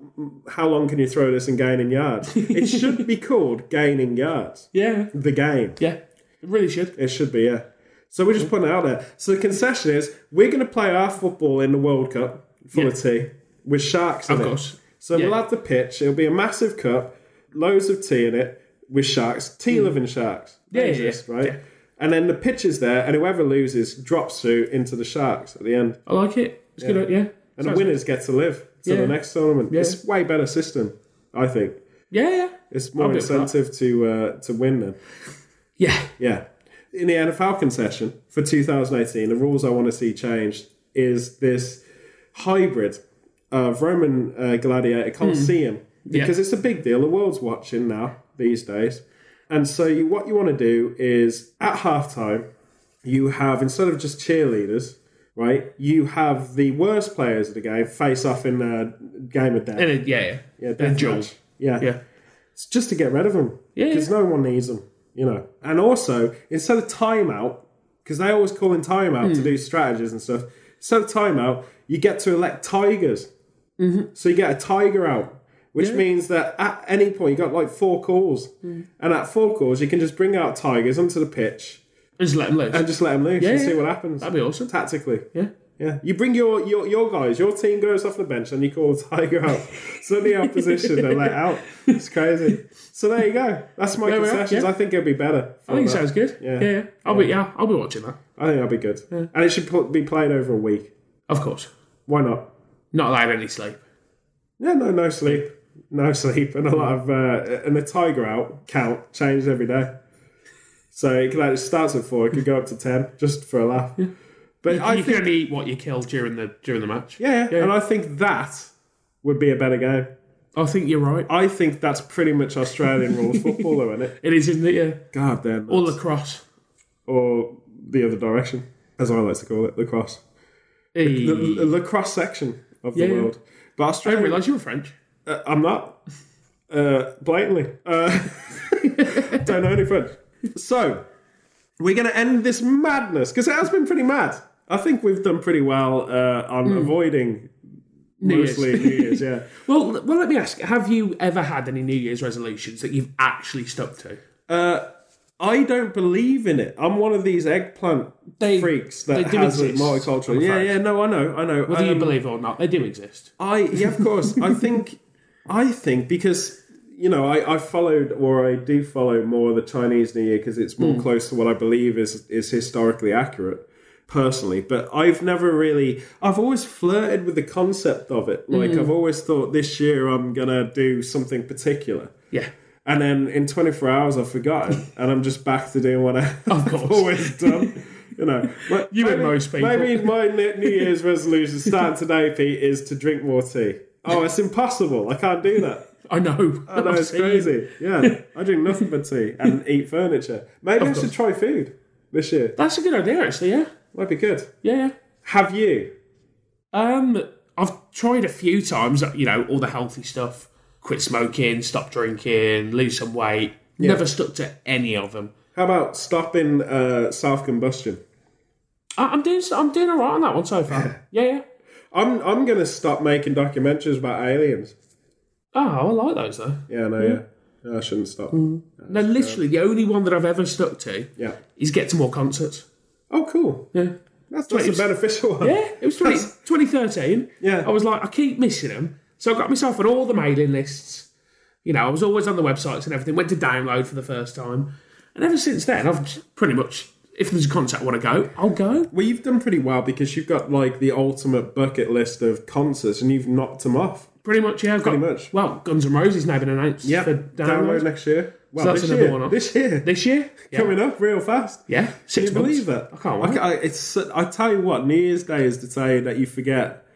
Speaker 1: how long can you throw this and gain in yards? It should be called gaining yards.
Speaker 2: Yeah,
Speaker 1: The game.
Speaker 2: yeah, it really should.
Speaker 1: It should be, yeah. So we're just putting it out there. So the concession is we're going to play our football in the World Cup full of tea with sharks in
Speaker 2: Of
Speaker 1: it.
Speaker 2: course.
Speaker 1: So we'll
Speaker 2: Yeah.
Speaker 1: have the pitch. It'll be a massive cup, loads of tea in it with sharks, tea loving sharks. They
Speaker 2: Mm. Yeah, yeah,
Speaker 1: exist,
Speaker 2: yeah.
Speaker 1: right?
Speaker 2: Yeah.
Speaker 1: And then the pitch is there, and whoever loses drops through into the sharks at the end,
Speaker 2: I like it. It's good. Yeah,
Speaker 1: and the
Speaker 2: Sounds-
Speaker 1: winners get to live to
Speaker 2: Yeah.
Speaker 1: the next tournament. It's way better system, I think.
Speaker 2: yeah, yeah,
Speaker 1: It's more
Speaker 2: I'll be up for that.
Speaker 1: incentive to uh, to win then.
Speaker 2: yeah.
Speaker 1: Yeah. In the NFL concession for 2018, the rules I want to see changed is this hybrid of Roman uh, Gladiator Coliseum because it's a big deal. The world's watching now these days. And so you, what you want to do is at halftime, you have instead of just cheerleaders, right? You have the worst players of the game face off in a game of death.
Speaker 2: In a, yeah, yeah.
Speaker 1: yeah,
Speaker 2: In a
Speaker 1: death
Speaker 2: duel.
Speaker 1: match. Yeah,
Speaker 2: Yeah.
Speaker 1: It's just to get rid of them.
Speaker 2: Yeah,
Speaker 1: because no one needs them, you know. And also instead of timeout, because they always call in timeout
Speaker 2: Hmm.
Speaker 1: to do strategies and stuff. Instead of timeout, you get to elect tigers.
Speaker 2: Mm-hmm.
Speaker 1: So you get a tiger out, which means that at any point you got like four calls,
Speaker 2: Hmm.
Speaker 1: and at four calls you can just bring out tigers onto the pitch
Speaker 2: Just let them loose.
Speaker 1: and just let them loose and
Speaker 2: yeah.
Speaker 1: see what happens
Speaker 2: That'd be awesome.
Speaker 1: tactically.
Speaker 2: Yeah.
Speaker 1: Yeah, you bring your, your your guys, your team goes off the bench, and you call Tiger out. so the opposition they're let out. It's crazy. So there you go. That's my
Speaker 2: There we are,
Speaker 1: concessions.
Speaker 2: yeah.
Speaker 1: I think it'll be better.
Speaker 2: I think it
Speaker 1: for that.
Speaker 2: sounds good.
Speaker 1: Yeah.
Speaker 2: yeah. I'll be yeah, I'll be watching that.
Speaker 1: I think that'll be good, and it should pl- be played over a week.
Speaker 2: Of course.
Speaker 1: Why not?
Speaker 2: Not allowed any sleep.
Speaker 1: Yeah, no, no sleep, no sleep, and a lot of uh, and the Tiger out count changes every day. So it, can, it starts at four. It could go up to ten, just for a laugh. But I
Speaker 2: you
Speaker 1: think
Speaker 2: can only eat what you kill during the during the match.
Speaker 1: yeah, and I think that would be a better game.
Speaker 2: I think you're right.
Speaker 1: I think that's pretty much Australian rules football, though, isn't it?
Speaker 2: It is, isn't it? Yeah.
Speaker 1: God damn.
Speaker 2: Or lacrosse.
Speaker 1: or the other direction, as I like to call it, lacrosse.
Speaker 2: Hey.
Speaker 1: The the lacrosse section of the
Speaker 2: Hmm. Yeah.
Speaker 1: world. But
Speaker 2: I didn't
Speaker 1: Australia,
Speaker 2: realise you were French.
Speaker 1: uh, I'm not. Uh, blatantly. Uh, don't know any French. So, we're going to end this madness, because it has been pretty mad. I think we've done pretty well uh, on avoiding
Speaker 2: Hmm. Year's.
Speaker 1: mostly New Year's, yeah.
Speaker 2: Well, well, let me ask: Have you ever had any New Year's resolutions that you've actually stuck to?
Speaker 1: Uh, I don't believe in it. I'm one of these eggplant
Speaker 2: They-
Speaker 1: freaks
Speaker 2: they
Speaker 1: that
Speaker 2: do
Speaker 1: has a
Speaker 2: exist,
Speaker 1: multicultural.
Speaker 2: I'm
Speaker 1: Yeah,
Speaker 2: afraid.
Speaker 1: yeah, no, I know, I know.
Speaker 2: Whether you
Speaker 1: Um,
Speaker 2: believe it or not, they do exist.
Speaker 1: I yeah, of course. I think I think because you know I, I followed or I do follow more the Chinese New Year because it's more
Speaker 2: Hmm.
Speaker 1: close to what I believe is is historically accurate personally. But I've never really I've always flirted with the concept of it. Like
Speaker 2: Hmm.
Speaker 1: I've always thought this year I'm gonna do something particular.
Speaker 2: Yeah,
Speaker 1: And then in 24 hours, I've forgotten, and I'm just back to doing what I- I've
Speaker 2: course.
Speaker 1: always done. You know, but
Speaker 2: You and
Speaker 1: maybe-
Speaker 2: most people.
Speaker 1: Maybe my New New Year's resolution starting today, Pete, is to drink more tea. Oh, it's impossible. I can't do that.
Speaker 2: I know.
Speaker 1: I know
Speaker 2: I've
Speaker 1: it's
Speaker 2: seen-
Speaker 1: crazy. Yeah, I drink nothing but tea and eat furniture. Maybe I should try food this year.
Speaker 2: That's a good idea, actually. Yeah,
Speaker 1: Might be good.
Speaker 2: yeah, yeah.
Speaker 1: Have you?
Speaker 2: Um, I've tried a few times. You know, all the healthy stuff: quit smoking, stop drinking, lose some weight. Never stuck to any of them.
Speaker 1: How about stopping uh, self combustion?
Speaker 2: I, I'm doing. I'm doing all right on that one so far. yeah, yeah.
Speaker 1: I'm I'm gonna stop making documentaries about aliens.
Speaker 2: Oh, I like those though.
Speaker 1: Yeah, no, yeah. No, I shouldn't stop.
Speaker 2: No, literally, the only one that I've ever stuck to
Speaker 1: Yeah.
Speaker 2: is get to more concerts.
Speaker 1: Oh, cool.
Speaker 2: Yeah.
Speaker 1: That's, that's a
Speaker 2: It's-
Speaker 1: beneficial one.
Speaker 2: Yeah, it was 20, 2013.
Speaker 1: Yeah.
Speaker 2: I was like, I keep missing them. So I got myself on all the mailing lists. You know, I was always on the websites and everything. Went to download for the first time. And ever since then, I've just pretty much, if there's a concert I want to go, I'll go.
Speaker 1: Well, you've done pretty well because you've got like the ultimate bucket list of concerts and you've knocked them off.
Speaker 2: Pretty much, yeah. I've got,
Speaker 1: Pretty much.
Speaker 2: Well, Guns N' Roses now been announced for
Speaker 1: download,
Speaker 2: download.
Speaker 1: next year. Well,
Speaker 2: that's
Speaker 1: this
Speaker 2: another
Speaker 1: year.
Speaker 2: one off.
Speaker 1: This year.
Speaker 2: This year? Yeah.
Speaker 1: Coming up real fast.
Speaker 2: Yeah,
Speaker 1: Can
Speaker 2: six
Speaker 1: you
Speaker 2: months.
Speaker 1: believe it?
Speaker 2: I can't wait.
Speaker 1: I, I- it's, so- I tell you what, New Year's Day is the day that you forget.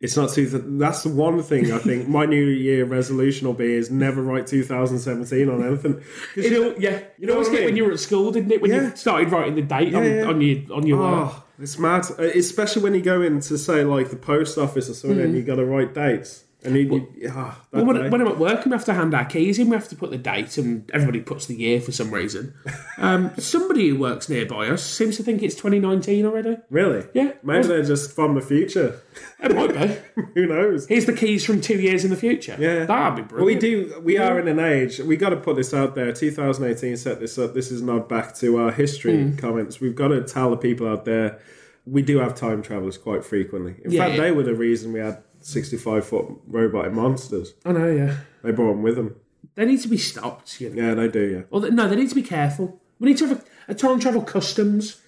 Speaker 1: It's not two. That's the one thing I think my New Year resolution will be is never write 2017 on anything. 'Cause
Speaker 2: It
Speaker 1: you-
Speaker 2: all, yeah, you
Speaker 1: know
Speaker 2: know always
Speaker 1: what I
Speaker 2: get when
Speaker 1: mean?
Speaker 2: you were at school, didn't it? When
Speaker 1: Yeah.
Speaker 2: you started writing the date on,
Speaker 1: yeah.
Speaker 2: on your on your work.
Speaker 1: Oh, it's mad. Uh, Especially when you go into, say, like the post office or something, and you got to write dates. And you, you, ah, that day.
Speaker 2: Mm. When, when I'm at work and we have to hand our keys in, we have to put the date, and everybody puts the year for some reason. Um, somebody who works nearby us seems to think it's 2019 already.
Speaker 1: really?
Speaker 2: Yeah.
Speaker 1: Maybe they're just from the future.
Speaker 2: It might be.
Speaker 1: Who knows?
Speaker 2: Here's the keys from two years in the future.
Speaker 1: Yeah.
Speaker 2: that'd be
Speaker 1: Well, we
Speaker 2: brilliant.
Speaker 1: do. We are in an age. We got to put this out there. 2018 set this up. This is not back to our history
Speaker 2: Mm.
Speaker 1: comments. We've got to tell the people out there we do have time travelers quite frequently. In
Speaker 2: Yeah,
Speaker 1: fact,
Speaker 2: yeah.
Speaker 1: they were the reason we had 65 foot robot in monsters.
Speaker 2: I know. Yeah,
Speaker 1: They brought them with them.
Speaker 2: they need to be stopped. You know,
Speaker 1: Yeah, they do. Yeah,
Speaker 2: or they, no, they need to be careful. We need to have a, a time travel customs.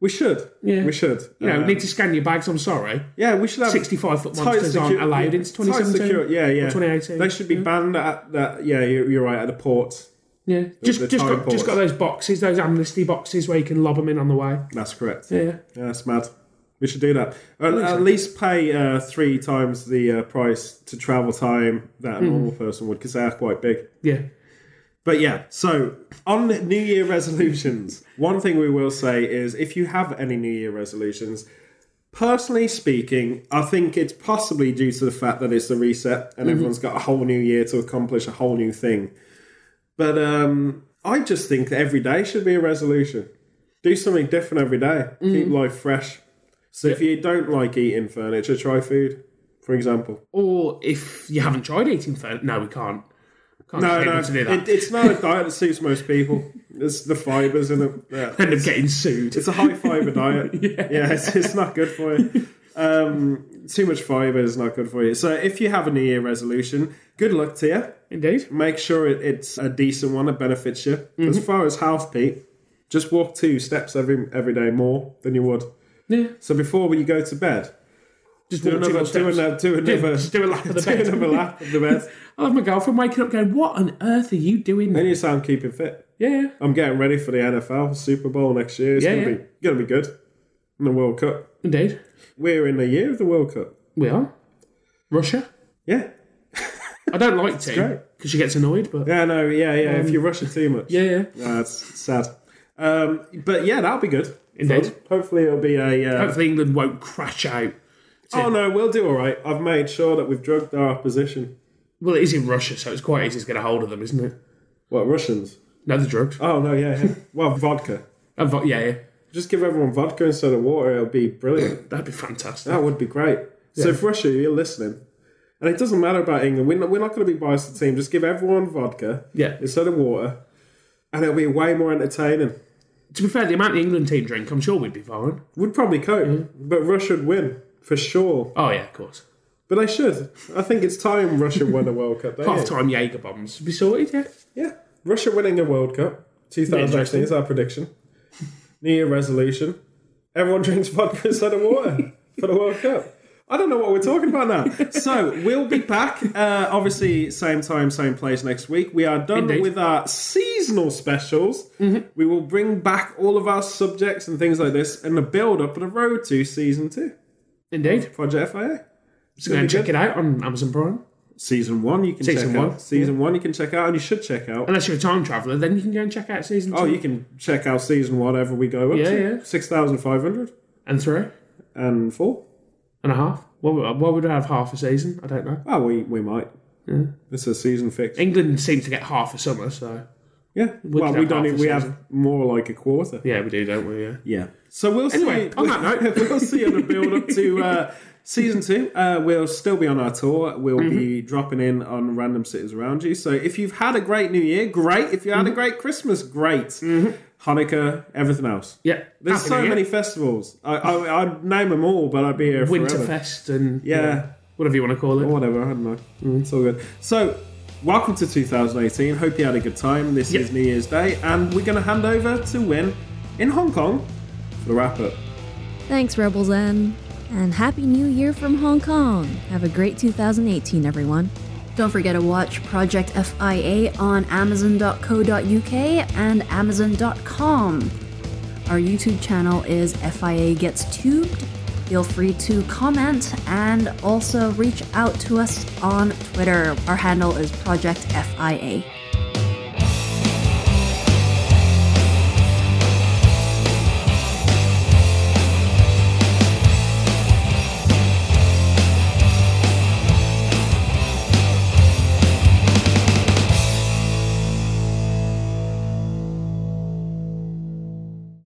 Speaker 1: we should.
Speaker 2: Yeah.
Speaker 1: we should.
Speaker 2: You know,
Speaker 1: Uh,
Speaker 2: need to scan your bags. I'm sorry.
Speaker 1: Yeah, we should have
Speaker 2: 65 foot
Speaker 1: tight
Speaker 2: monsters aren't
Speaker 1: secu-
Speaker 2: allowed in
Speaker 1: tight
Speaker 2: 2017.
Speaker 1: security- yeah, yeah.
Speaker 2: 2018.
Speaker 1: They should be banned at that. Yeah, you're, you're right at the port.
Speaker 2: Yeah, just
Speaker 1: the
Speaker 2: just
Speaker 1: time
Speaker 2: got, just
Speaker 1: ports.
Speaker 2: got those boxes, those amnesty boxes where you can lob them in on the way.
Speaker 1: That's correct.
Speaker 2: Yeah.
Speaker 1: Yeah, that's mad. We should do that. At, at least pay uh, three times
Speaker 2: Hmm.
Speaker 1: the uh, price to travel time that a normal person would, because they are quite big.
Speaker 2: Yeah.
Speaker 1: But yeah, so on New Year resolutions, one thing we will say is if you have any New Year resolutions, personally speaking, I think it's possibly due to the fact that it's the reset
Speaker 2: Mm-hmm.
Speaker 1: and everyone's got a whole new year to accomplish a whole new thing. But um, I just think that every day should be a resolution. Do something different every day.
Speaker 2: Mm-hmm.
Speaker 1: Keep life fresh. So if you don't like eating furniture, try food, for example.
Speaker 2: Or if you haven't tried eating furniture, no, we can't. Can't
Speaker 1: No,
Speaker 2: get
Speaker 1: no,
Speaker 2: anyone to do
Speaker 1: it,
Speaker 2: that.
Speaker 1: it's not a diet that suits most people. It's the fibers in it. Yeah.
Speaker 2: End up getting sued.
Speaker 1: It's a high fiber diet. yeah, it's, it's not good for you. Um, too much fiber is not good for you. So if you have a New Year resolution, good luck to you.
Speaker 2: Indeed.
Speaker 1: Make sure it, it's a decent one that benefits you. As far as health, Pete, just walk two steps every every day more than you would.
Speaker 2: Yeah.
Speaker 1: So before you go to bed,
Speaker 2: Just
Speaker 1: do
Speaker 2: walk two
Speaker 1: another,
Speaker 2: more
Speaker 1: do
Speaker 2: steps.
Speaker 1: another, do another,
Speaker 2: just do a lap of the
Speaker 1: do
Speaker 2: bed.
Speaker 1: another lap of the bed.
Speaker 2: I love my girlfriend waking up going, What on earth are you doing?
Speaker 1: Then you sound keeping fit.
Speaker 2: yeah.
Speaker 1: I'm getting ready for the NFL Super Bowl next year. It's
Speaker 2: Yeah,
Speaker 1: gonna
Speaker 2: yeah.
Speaker 1: be gonna be good. And the World Cup.
Speaker 2: Indeed.
Speaker 1: We're in the year of the World Cup.
Speaker 2: We are. Russia.
Speaker 1: Yeah.
Speaker 2: I don't like
Speaker 1: great.
Speaker 2: to because she gets annoyed, but
Speaker 1: Yeah, no, yeah, yeah. if you rush it too much.
Speaker 2: Um, yeah, yeah.
Speaker 1: No, That's sad. Um, but yeah, that'll be good.
Speaker 2: Indeed.
Speaker 1: Fun. Hopefully it'll be a... Uh,
Speaker 2: Hopefully England won't crash out.
Speaker 1: oh, no, we'll do all right. I've made sure that we've drugged our opposition.
Speaker 2: Well, it is in Russia, so it's quite easy to get a hold of them, isn't it?
Speaker 1: What, Russians?
Speaker 2: No, the drugs.
Speaker 1: Oh, no, yeah, yeah. well, vodka.
Speaker 2: Uh, vo- yeah, yeah.
Speaker 1: Just give everyone vodka instead of water. It'll be brilliant.
Speaker 2: That'd be fantastic.
Speaker 1: That would be great. So if Russia, you're listening... And it doesn't matter about England. We're not, we're not going to be biased to the team. Just give everyone vodka
Speaker 2: Yeah.
Speaker 1: instead of water, and it'll be way more entertaining.
Speaker 2: To be fair, the amount the England team drink, I'm sure we'd be fine.
Speaker 1: We'd probably cope,
Speaker 2: Mm-hmm.
Speaker 1: but Russia would win for sure.
Speaker 2: Oh, yeah, of course.
Speaker 1: But they should. I think it's time Russia won a World Cup. don't you?
Speaker 2: Half time Jaeger bombs. Be sorted, yeah.
Speaker 1: Yeah. Russia winning a World Cup. 2018 is our prediction. New Year resolution. Everyone drinks vodka instead of water for the World Cup. I don't know what we're talking about now. So we'll be back. Uh, obviously, same time, same place next week. We are done
Speaker 2: Indeed.
Speaker 1: with our seasonal specials. We will bring back all of our subjects and things like this in the build up of the road to season two,
Speaker 2: Indeed.
Speaker 1: Project FIA.
Speaker 2: So go and
Speaker 1: be
Speaker 2: check it out on Amazon Prime.
Speaker 1: Season one, you can
Speaker 2: Season
Speaker 1: check
Speaker 2: one,
Speaker 1: out. Season one, you can check out, and you should check out.
Speaker 2: Unless you're a time traveller, then you can go and check out season two
Speaker 1: Oh, you can check out season whatever we go up
Speaker 2: Yeah,
Speaker 1: to.
Speaker 2: yeah.
Speaker 1: 6,500
Speaker 2: and three
Speaker 1: and four.
Speaker 2: and a half. Why would, why would I have half a season? I don't know.
Speaker 1: Oh, we, we might.
Speaker 2: Yeah.
Speaker 1: It's a season fix.
Speaker 2: England seems to get half a summer, so
Speaker 1: Yeah. well,
Speaker 2: could
Speaker 1: we
Speaker 2: have
Speaker 1: don't. Even,
Speaker 2: half a
Speaker 1: we
Speaker 2: season.
Speaker 1: have more like a quarter.
Speaker 2: yeah, we do, don't we? Yeah.
Speaker 1: Yeah. So we'll
Speaker 2: Anyway,
Speaker 1: see.
Speaker 2: on that note,
Speaker 1: we'll see on the build up to uh, season two. Uh, we'll still be on our tour. We'll
Speaker 2: Mm-hmm.
Speaker 1: be dropping in on random cities around you. So if you've had a great New Year, great. If you
Speaker 2: Mm-hmm.
Speaker 1: had a great Christmas, great. Hanukkah, everything else.
Speaker 2: Yeah.
Speaker 1: There's
Speaker 2: Happy
Speaker 1: so
Speaker 2: New Year.
Speaker 1: many festivals. I, I, I'd name them all, but I'd be here forever.
Speaker 2: Winterfest and
Speaker 1: Yeah.
Speaker 2: whatever you want to call it.
Speaker 1: Whatever, I don't know. Mm, It's all good. So, welcome to 2018. Hope you had a good time. This
Speaker 2: Yeah.
Speaker 1: is New Year's Day, and we're going to hand over to Win in Hong Kong for the wrap up.
Speaker 3: Thanks, Rebel Zen. And Happy New Year from Hong Kong. Have a great 2018, everyone. Don't forget to watch Project FIA on Amazon.co.uk and Amazon.com. Our YouTube channel is FIA Gets Tubed. Feel free to comment and also reach out to us on Twitter. Our handle is Project FIA.